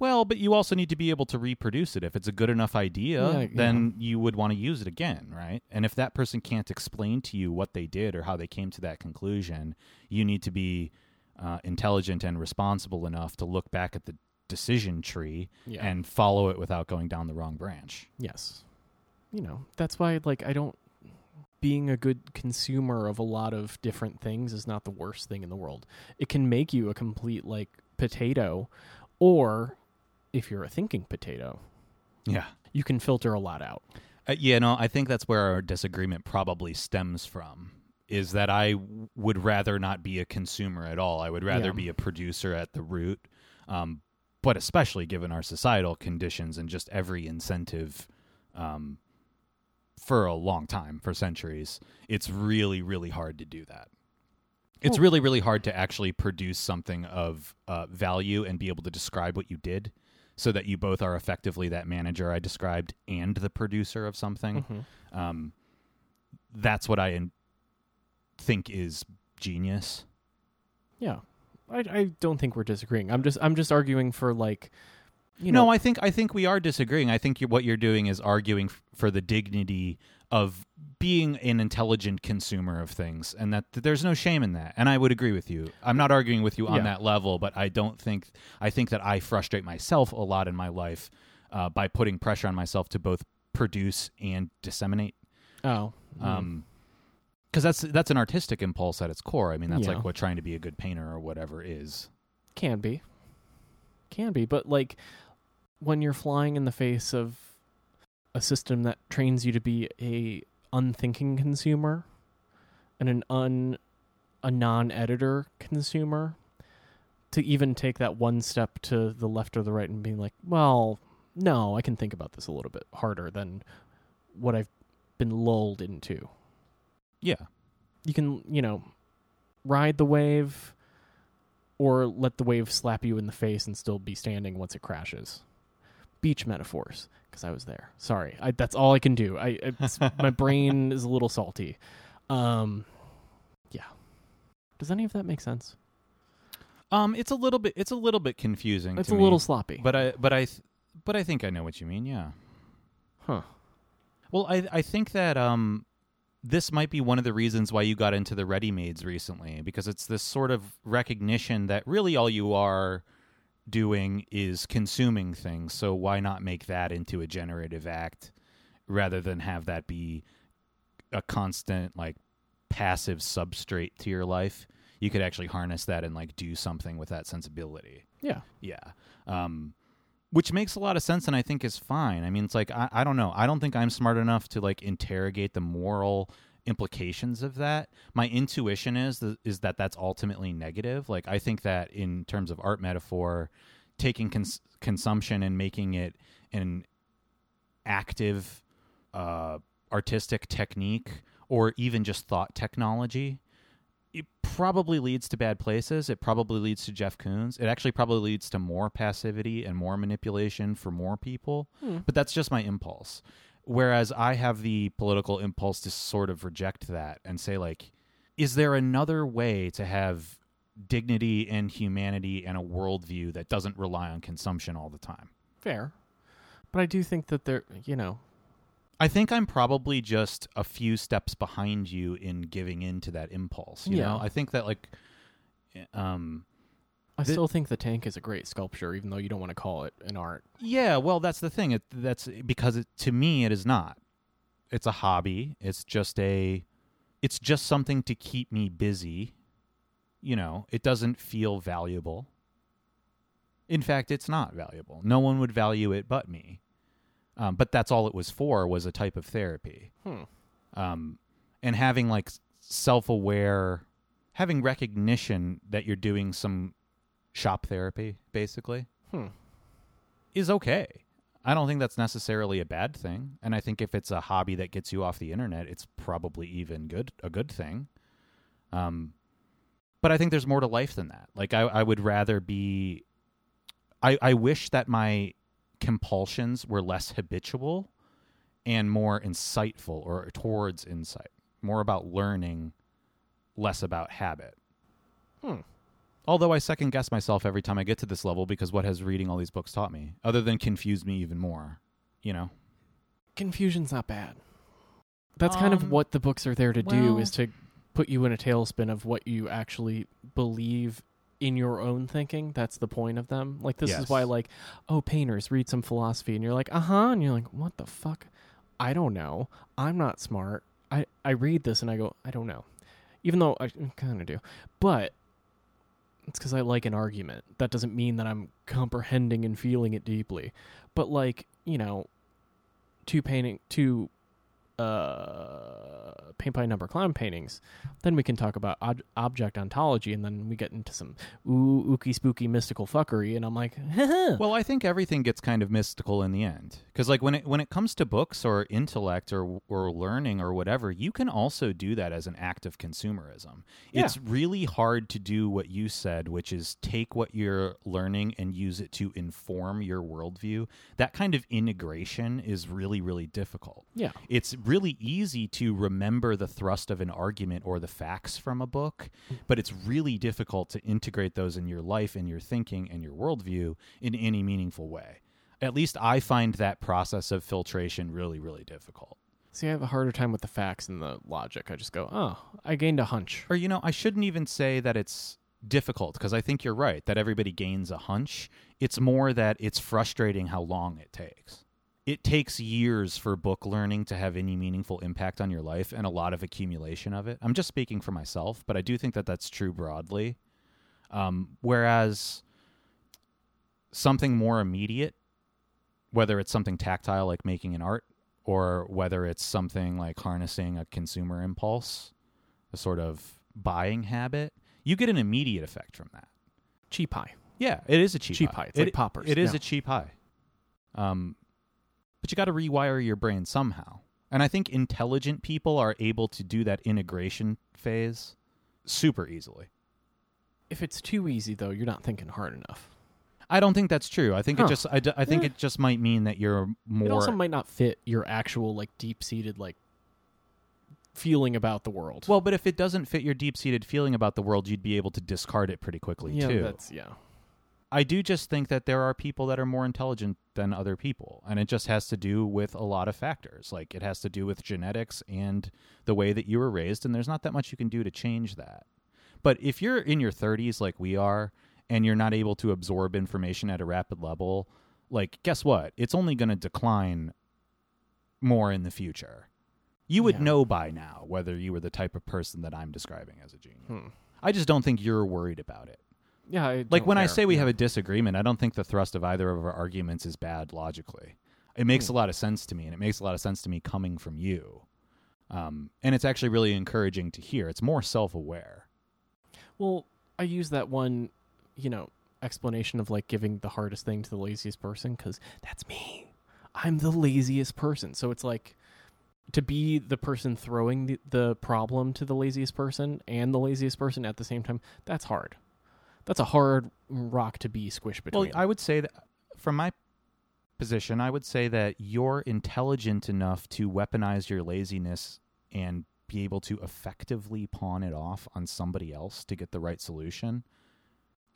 S1: Well, but you also need to be able to reproduce it. If it's a good enough idea,
S2: Yeah, yeah.
S1: then you would want to use it again, right? And if that person can't explain to you what they did or how they came to that conclusion, you need to be uh, intelligent and responsible enough to look back at the decision tree
S2: Yeah.
S1: and follow it without going down the wrong branch.
S2: Yes. You know, that's why like I don't being a good consumer of a lot of different things is not the worst thing in the world. It can make you a complete like potato or if you're a thinking potato,
S1: Yeah.
S2: you can filter a lot out.
S1: Uh, yeah, no, I think that's where our disagreement probably stems from. Is that I w- would rather not be a consumer at all. I would rather
S2: Yeah.
S1: be a producer at the root. Um, but especially given our societal conditions and just every incentive um, for a long time, for centuries, it's really, really hard to do that. It's
S2: Well-
S1: really, really hard to actually produce something of uh, value and be able to describe what you did so that you both are effectively that manager I described and the producer of something.
S2: Mm-hmm.
S1: Um, that's what I in- think is genius.
S2: Yeah. I, I don't think we're disagreeing. I'm just I'm just arguing for like you
S1: no,
S2: know
S1: I think I think we are disagreeing. I think you what you're doing is arguing f- for the dignity of being an intelligent consumer of things, and that, that there's no shame in that. And I would agree with you. I'm not arguing with you on
S2: Yeah.
S1: that level, but I don't think I think that I frustrate myself a lot in my life uh, by putting pressure on myself to both produce and disseminate.
S2: Oh. mm,
S1: Um 'cause because that's that's an artistic impulse at its core. I mean, that's
S2: Yeah.
S1: like what trying to be a good painter or whatever is.
S2: Can be. Can be, but like when you're flying in the face of a system that trains you to be a unthinking consumer and an un a non-editor consumer to even take that one step to the left or the right and being like, "Well, no, I can think about this a little bit harder than what I've been lulled into."
S1: Yeah,
S2: you can you know ride the wave or let the wave slap you in the face and still be standing once it crashes beach metaphors because i was there sorry I, that's all i can do i it's, my brain is a little salty um yeah does any of that make sense
S1: um, it's a little bit it's a little bit confusing.
S2: it's
S1: to
S2: a
S1: me.
S2: little sloppy
S1: But I but I th- but I think I know what you mean. Yeah.
S2: huh
S1: Well, I I think that um this might be one of the reasons why you got into the ready-mades recently because it's this sort of recognition that really all you are doing is consuming things. So why not make that into a generative act rather than have that be a constant like passive substrate to your life? You could actually harness that and like do something with that sensibility.
S2: yeah
S1: Yeah. Um, which makes a lot of sense and I think is fine. I mean, it's like, I, I don't know. I don't think I'm smart enough to like interrogate the moral implications of that. My intuition is, th- is that that's ultimately negative. Like, I think that in terms of art metaphor, taking cons- consumption and making it an active uh, artistic technique or even just thought technology it probably leads to bad places. It probably leads to Jeff Koons. It actually probably leads to more passivity and more manipulation for more people. But that's just my impulse. Whereas I have the political impulse to sort of reject that and say, like, is there another way to have dignity and humanity and a worldview that doesn't rely on consumption all the time?
S2: fair but i do think that there you know
S1: I think I'm probably just a few steps behind you in giving in to that impulse. You
S2: Yeah.
S1: know, I think that, like, um,
S2: i
S1: The-
S2: still think the tank is a great sculpture even though you don't want to call it an art
S1: Yeah, well, that's the thing. It, that's because it, to me, it is not. It's a hobby. It's just a. It's just something to keep me busy. You know, it doesn't feel valuable. In fact, it's not valuable. No one would value it but me. Um, but that's all it was for was a type of therapy
S2: hmm
S1: um, and having like self aware having recognition that you're doing some shop therapy, basically,
S2: Hmm.
S1: is okay. I don't think that's necessarily a bad thing, and I think if it's a hobby that gets you off the internet, it's probably even good a good thing. Um, but I think there's more to life than that. Like I, I would rather be. I I wish that my compulsions were less habitual and more insightful or towards insight, more about learning, less about habit.
S2: Hmm.
S1: Although I second guess myself every time I get to this level because what has reading all these books taught me, other than confuse me even more, you know?
S2: Confusion's not bad. That's kind of
S1: Um,
S2: what the books are there to do
S1: well-
S2: is to put you in a tailspin of what you actually believe in your own thinking. That's the point of them. Like this is
S1: Yes.
S2: why like, oh painters read some philosophy and you're like, "Uh-huh." And you're like, "What the fuck? I don't know. I'm not smart. I I read this and I go, I don't know." Even though I kind of do. But it's because I like an argument. That doesn't mean that I'm comprehending and feeling it deeply. But like, you know, two painting two uh paint by number clown paintings, then we can talk about ob- object ontology, and then we get into some ooh ooky spooky mystical fuckery, and I'm like,
S1: Well, I think everything gets kind of mystical in the end because, like, when it when it comes to books or intellect or or learning or whatever, you can also do that as an act of consumerism.
S2: Yeah.
S1: It's really hard to do what you said, which is take what you're learning and use it to inform your worldview. That kind of integration is really really difficult
S2: yeah,
S1: it's really easy to remember the thrust of an argument or the facts from a book, but it's really difficult to integrate those in your life and your thinking and your worldview in any meaningful way. At least I find that process of filtration really, really difficult.
S2: see, I have a harder time with the facts and the logic. I just go, oh, I gained a hunch.
S1: Or, you know, I shouldn't even say that it's difficult because I think you're right that everybody gains a hunch. It's more that it's frustrating how long it takes. It takes years for book learning to have any meaningful impact on your life and a lot of accumulation of it. I'm just speaking for myself, but I do think that that's true broadly. Um, whereas something more immediate, whether it's something tactile like making an art or whether it's something like harnessing a consumer impulse, a sort of buying habit, you get an immediate effect from that.
S2: Cheap pie.
S1: Yeah, it is a cheap,
S2: Cheap
S1: high.
S2: high. It's like poppers.
S1: It is
S2: Yeah.
S1: a cheap high. Um, but you got to rewire your brain somehow, and I think intelligent people are able to do that integration phase super easily.
S2: If it's too easy though, you're not thinking hard enough.
S1: I don't think that's true. I think
S2: Huh.
S1: it just I, d- I think
S2: Yeah.
S1: it just might mean that you're more
S2: It also might not fit your actual like deep seated like feeling about the world.
S1: well, but if it doesn't fit your deep-seated feeling about the world, you'd be able to discard it pretty quickly
S2: yeah,
S1: too.
S2: that's yeah.
S1: I do just think that there are people that are more intelligent than other people, and it just has to do with a lot of factors. Like it has to do with genetics and the way that you were raised, and there's not that much you can do to change that. But if you're in your 30s like we are and you're not able to absorb information at a rapid level, like guess what? It's only going to decline more in the future. You would
S2: Yeah.
S1: know by now whether you were the type of person that I'm describing as a genius.
S2: Hmm.
S1: I just don't think you're worried about it.
S2: Yeah, I
S1: Like
S2: don't
S1: when I
S2: care.
S1: say we
S2: Yeah.
S1: have a disagreement, I don't think the thrust of either of our arguments is bad logically. It makes a lot of sense to me, and it makes a lot of sense to me coming from you. Um, and it's actually really encouraging to hear. It's more self aware.
S2: Well, I use that one, you know, explanation of like giving the hardest thing to the laziest person because that's me. I'm the laziest person. So it's like to be the person throwing the, the problem to the laziest person and the laziest person at the same time, that's hard. That's a hard rock to be squished between.
S1: Well, I would say that from my position, I would say that you're intelligent enough to weaponize your laziness and be able to effectively pawn it off on somebody else to get the right solution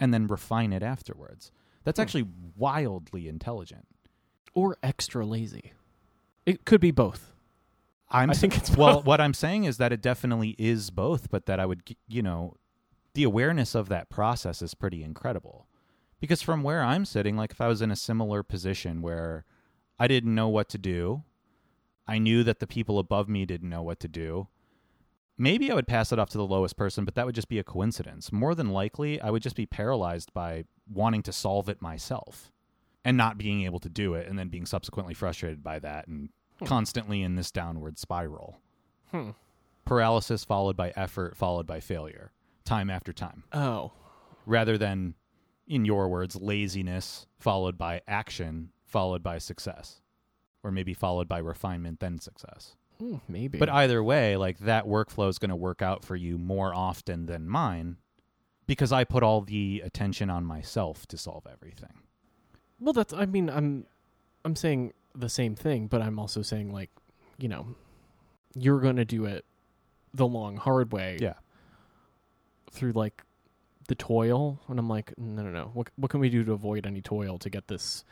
S1: and then refine it afterwards. That's
S2: Hmm.
S1: actually wildly intelligent.
S2: or extra lazy. It could be both.
S1: I'm
S2: I
S1: s-
S2: think it's
S1: well.
S2: both.
S1: What I'm saying is that it definitely is both, but that I would, g- you know, the awareness of that process is pretty incredible. Because from where I'm sitting, like if I was in a similar position where I didn't know what to do, I knew that the people above me didn't know what to do. Maybe I would pass it off to the lowest person, but that would just be a coincidence. More than likely, I would just be paralyzed by wanting to solve it myself and not being able to do it and then being subsequently frustrated by that and constantly in this downward spiral.
S2: Hmm.
S1: Paralysis followed by effort followed by failure. time after time,
S2: Oh,
S1: rather than, in your words, laziness followed by action followed by success, or maybe followed by refinement then success.
S2: Hmm, maybe.
S1: But either way, like that workflow is going to work out for you more often than mine because I put all the attention on myself to solve everything.
S2: well, that's. I mean, I'm, I'm saying the same thing, but I'm also saying like, you know, you're gonna do it the long hard way.
S1: Yeah.
S2: Through like the toil, and I'm like, no, no, no. What what can we do to avoid any toil to get this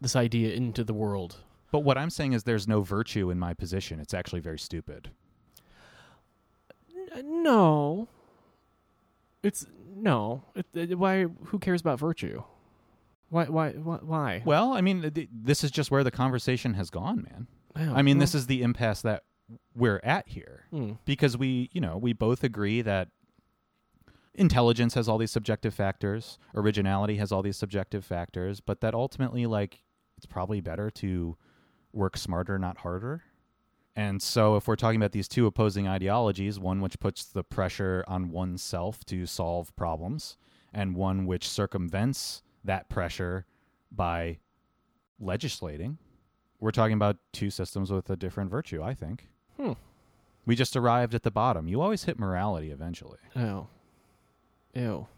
S2: this idea into the world?
S1: But what I'm saying is there's no virtue in my position. It's actually very stupid.
S2: N- uh, No. It's no. It, it- why? Who cares about virtue? Why? Why? Why? why?
S1: Well, I mean, th- this is just where the conversation has gone, man.
S2: Oh,
S1: I mean, this is the impasse that we're at here
S2: Hmm.
S1: because we, you know, we both agree that intelligence has all these subjective factors, originality has all these subjective factors, but that ultimately, like, it's probably better to work smarter, not harder. And so, if we're talking about these two opposing ideologies, one which puts the pressure on oneself to solve problems, and one which circumvents that pressure by legislating, we're talking about two systems with a different virtue, I think.
S2: Hmm.
S1: We just arrived at the bottom. You always hit morality eventually.
S2: Oh. Ew.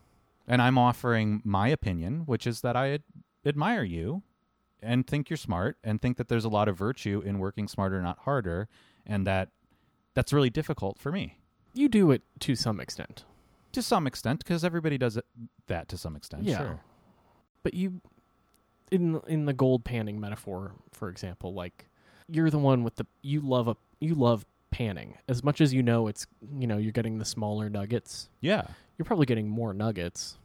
S1: And I'm offering my opinion, which is that I ad- admire you and think you're smart and think that there's a lot of virtue in working smarter, not harder, and that that's really difficult for me
S2: You do it to some extent,
S1: to some extent because everybody does it, that to some extent.
S2: Yeah.
S1: Sure.
S2: but you, in in the gold panning metaphor, for example, like you're the one with the you love a you love panning as much as you know it's you know you're getting the smaller nuggets.
S1: Yeah.
S2: You're probably getting more nuggets,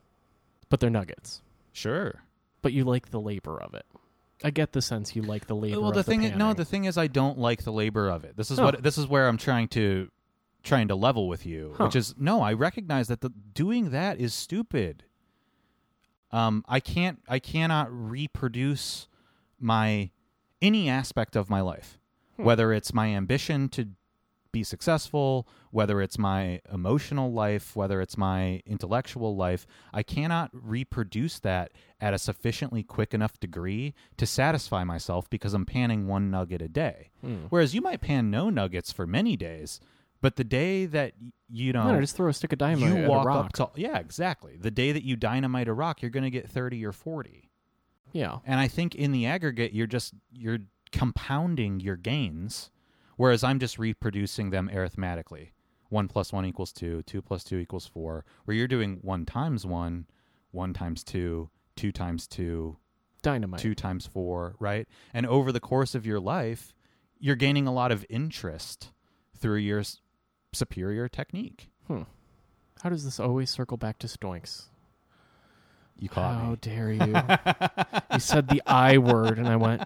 S2: but they're nuggets.
S1: Sure.
S2: But you like the labor of it. I get the sense you like the labor.
S1: well
S2: of
S1: the thing
S2: the
S1: is, no
S2: panning.
S1: the thing is i don't like the labor of it this is
S2: Oh.
S1: what this is where i'm trying to trying to level with you
S2: Huh.
S1: which is no i recognize that the doing that is stupid um i can't i cannot reproduce my any aspect of my life
S2: Hmm.
S1: whether it's my ambition to be successful whether it's my emotional life whether it's my intellectual life i cannot reproduce that at a sufficiently quick enough degree to satisfy myself because i'm panning one nugget a day
S2: Hmm.
S1: whereas you might pan no nuggets for many days but the day that y- you know
S2: No, no, just throw a stick of dynamite
S1: you
S2: at
S1: walk
S2: a rock.
S1: up to yeah exactly the day that you dynamite a rock you're going to get 30 or 40
S2: yeah.
S1: and I think in the aggregate, you're just you're compounding your gains, whereas I'm just reproducing them arithmetically. One plus one equals two. Two plus two equals four. Where you're doing one times one, one times two, two times two,
S2: Dynamite.
S1: two times four, right? And over the course of your life, you're gaining a lot of interest through your s- superior technique.
S2: How does this always circle back to stoinks?
S1: You caught
S2: How
S1: me.
S2: dare you? you said the I word, and I went,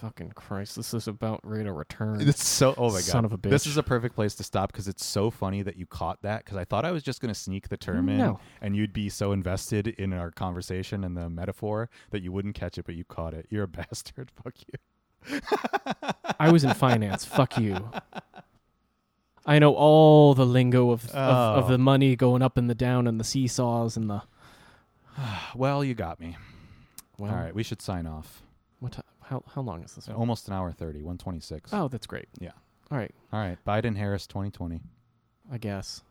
S2: "Fucking Christ! This is about rate of return."
S1: It's so oh my god.
S2: Son of a bitch.
S1: This is a perfect place to stop because it's so funny that you caught that because I thought I was just going to sneak the term in
S2: No.
S1: and you'd be so invested in our conversation and the metaphor that you wouldn't catch it, but you caught it. You're a bastard. Fuck you.
S2: I was in finance. Fuck you. I know all the lingo of, of of
S1: Oh.
S2: the money going up and the down and the seesaws and the
S1: Well, you got me.
S2: well.
S1: All right, we should sign off.
S2: What? ti- how how long is this? One?
S1: Almost an hour 30, 126.
S2: Oh, that's great.
S1: Yeah.
S2: All right.
S1: All right, Biden Harris 2020.
S2: I guess.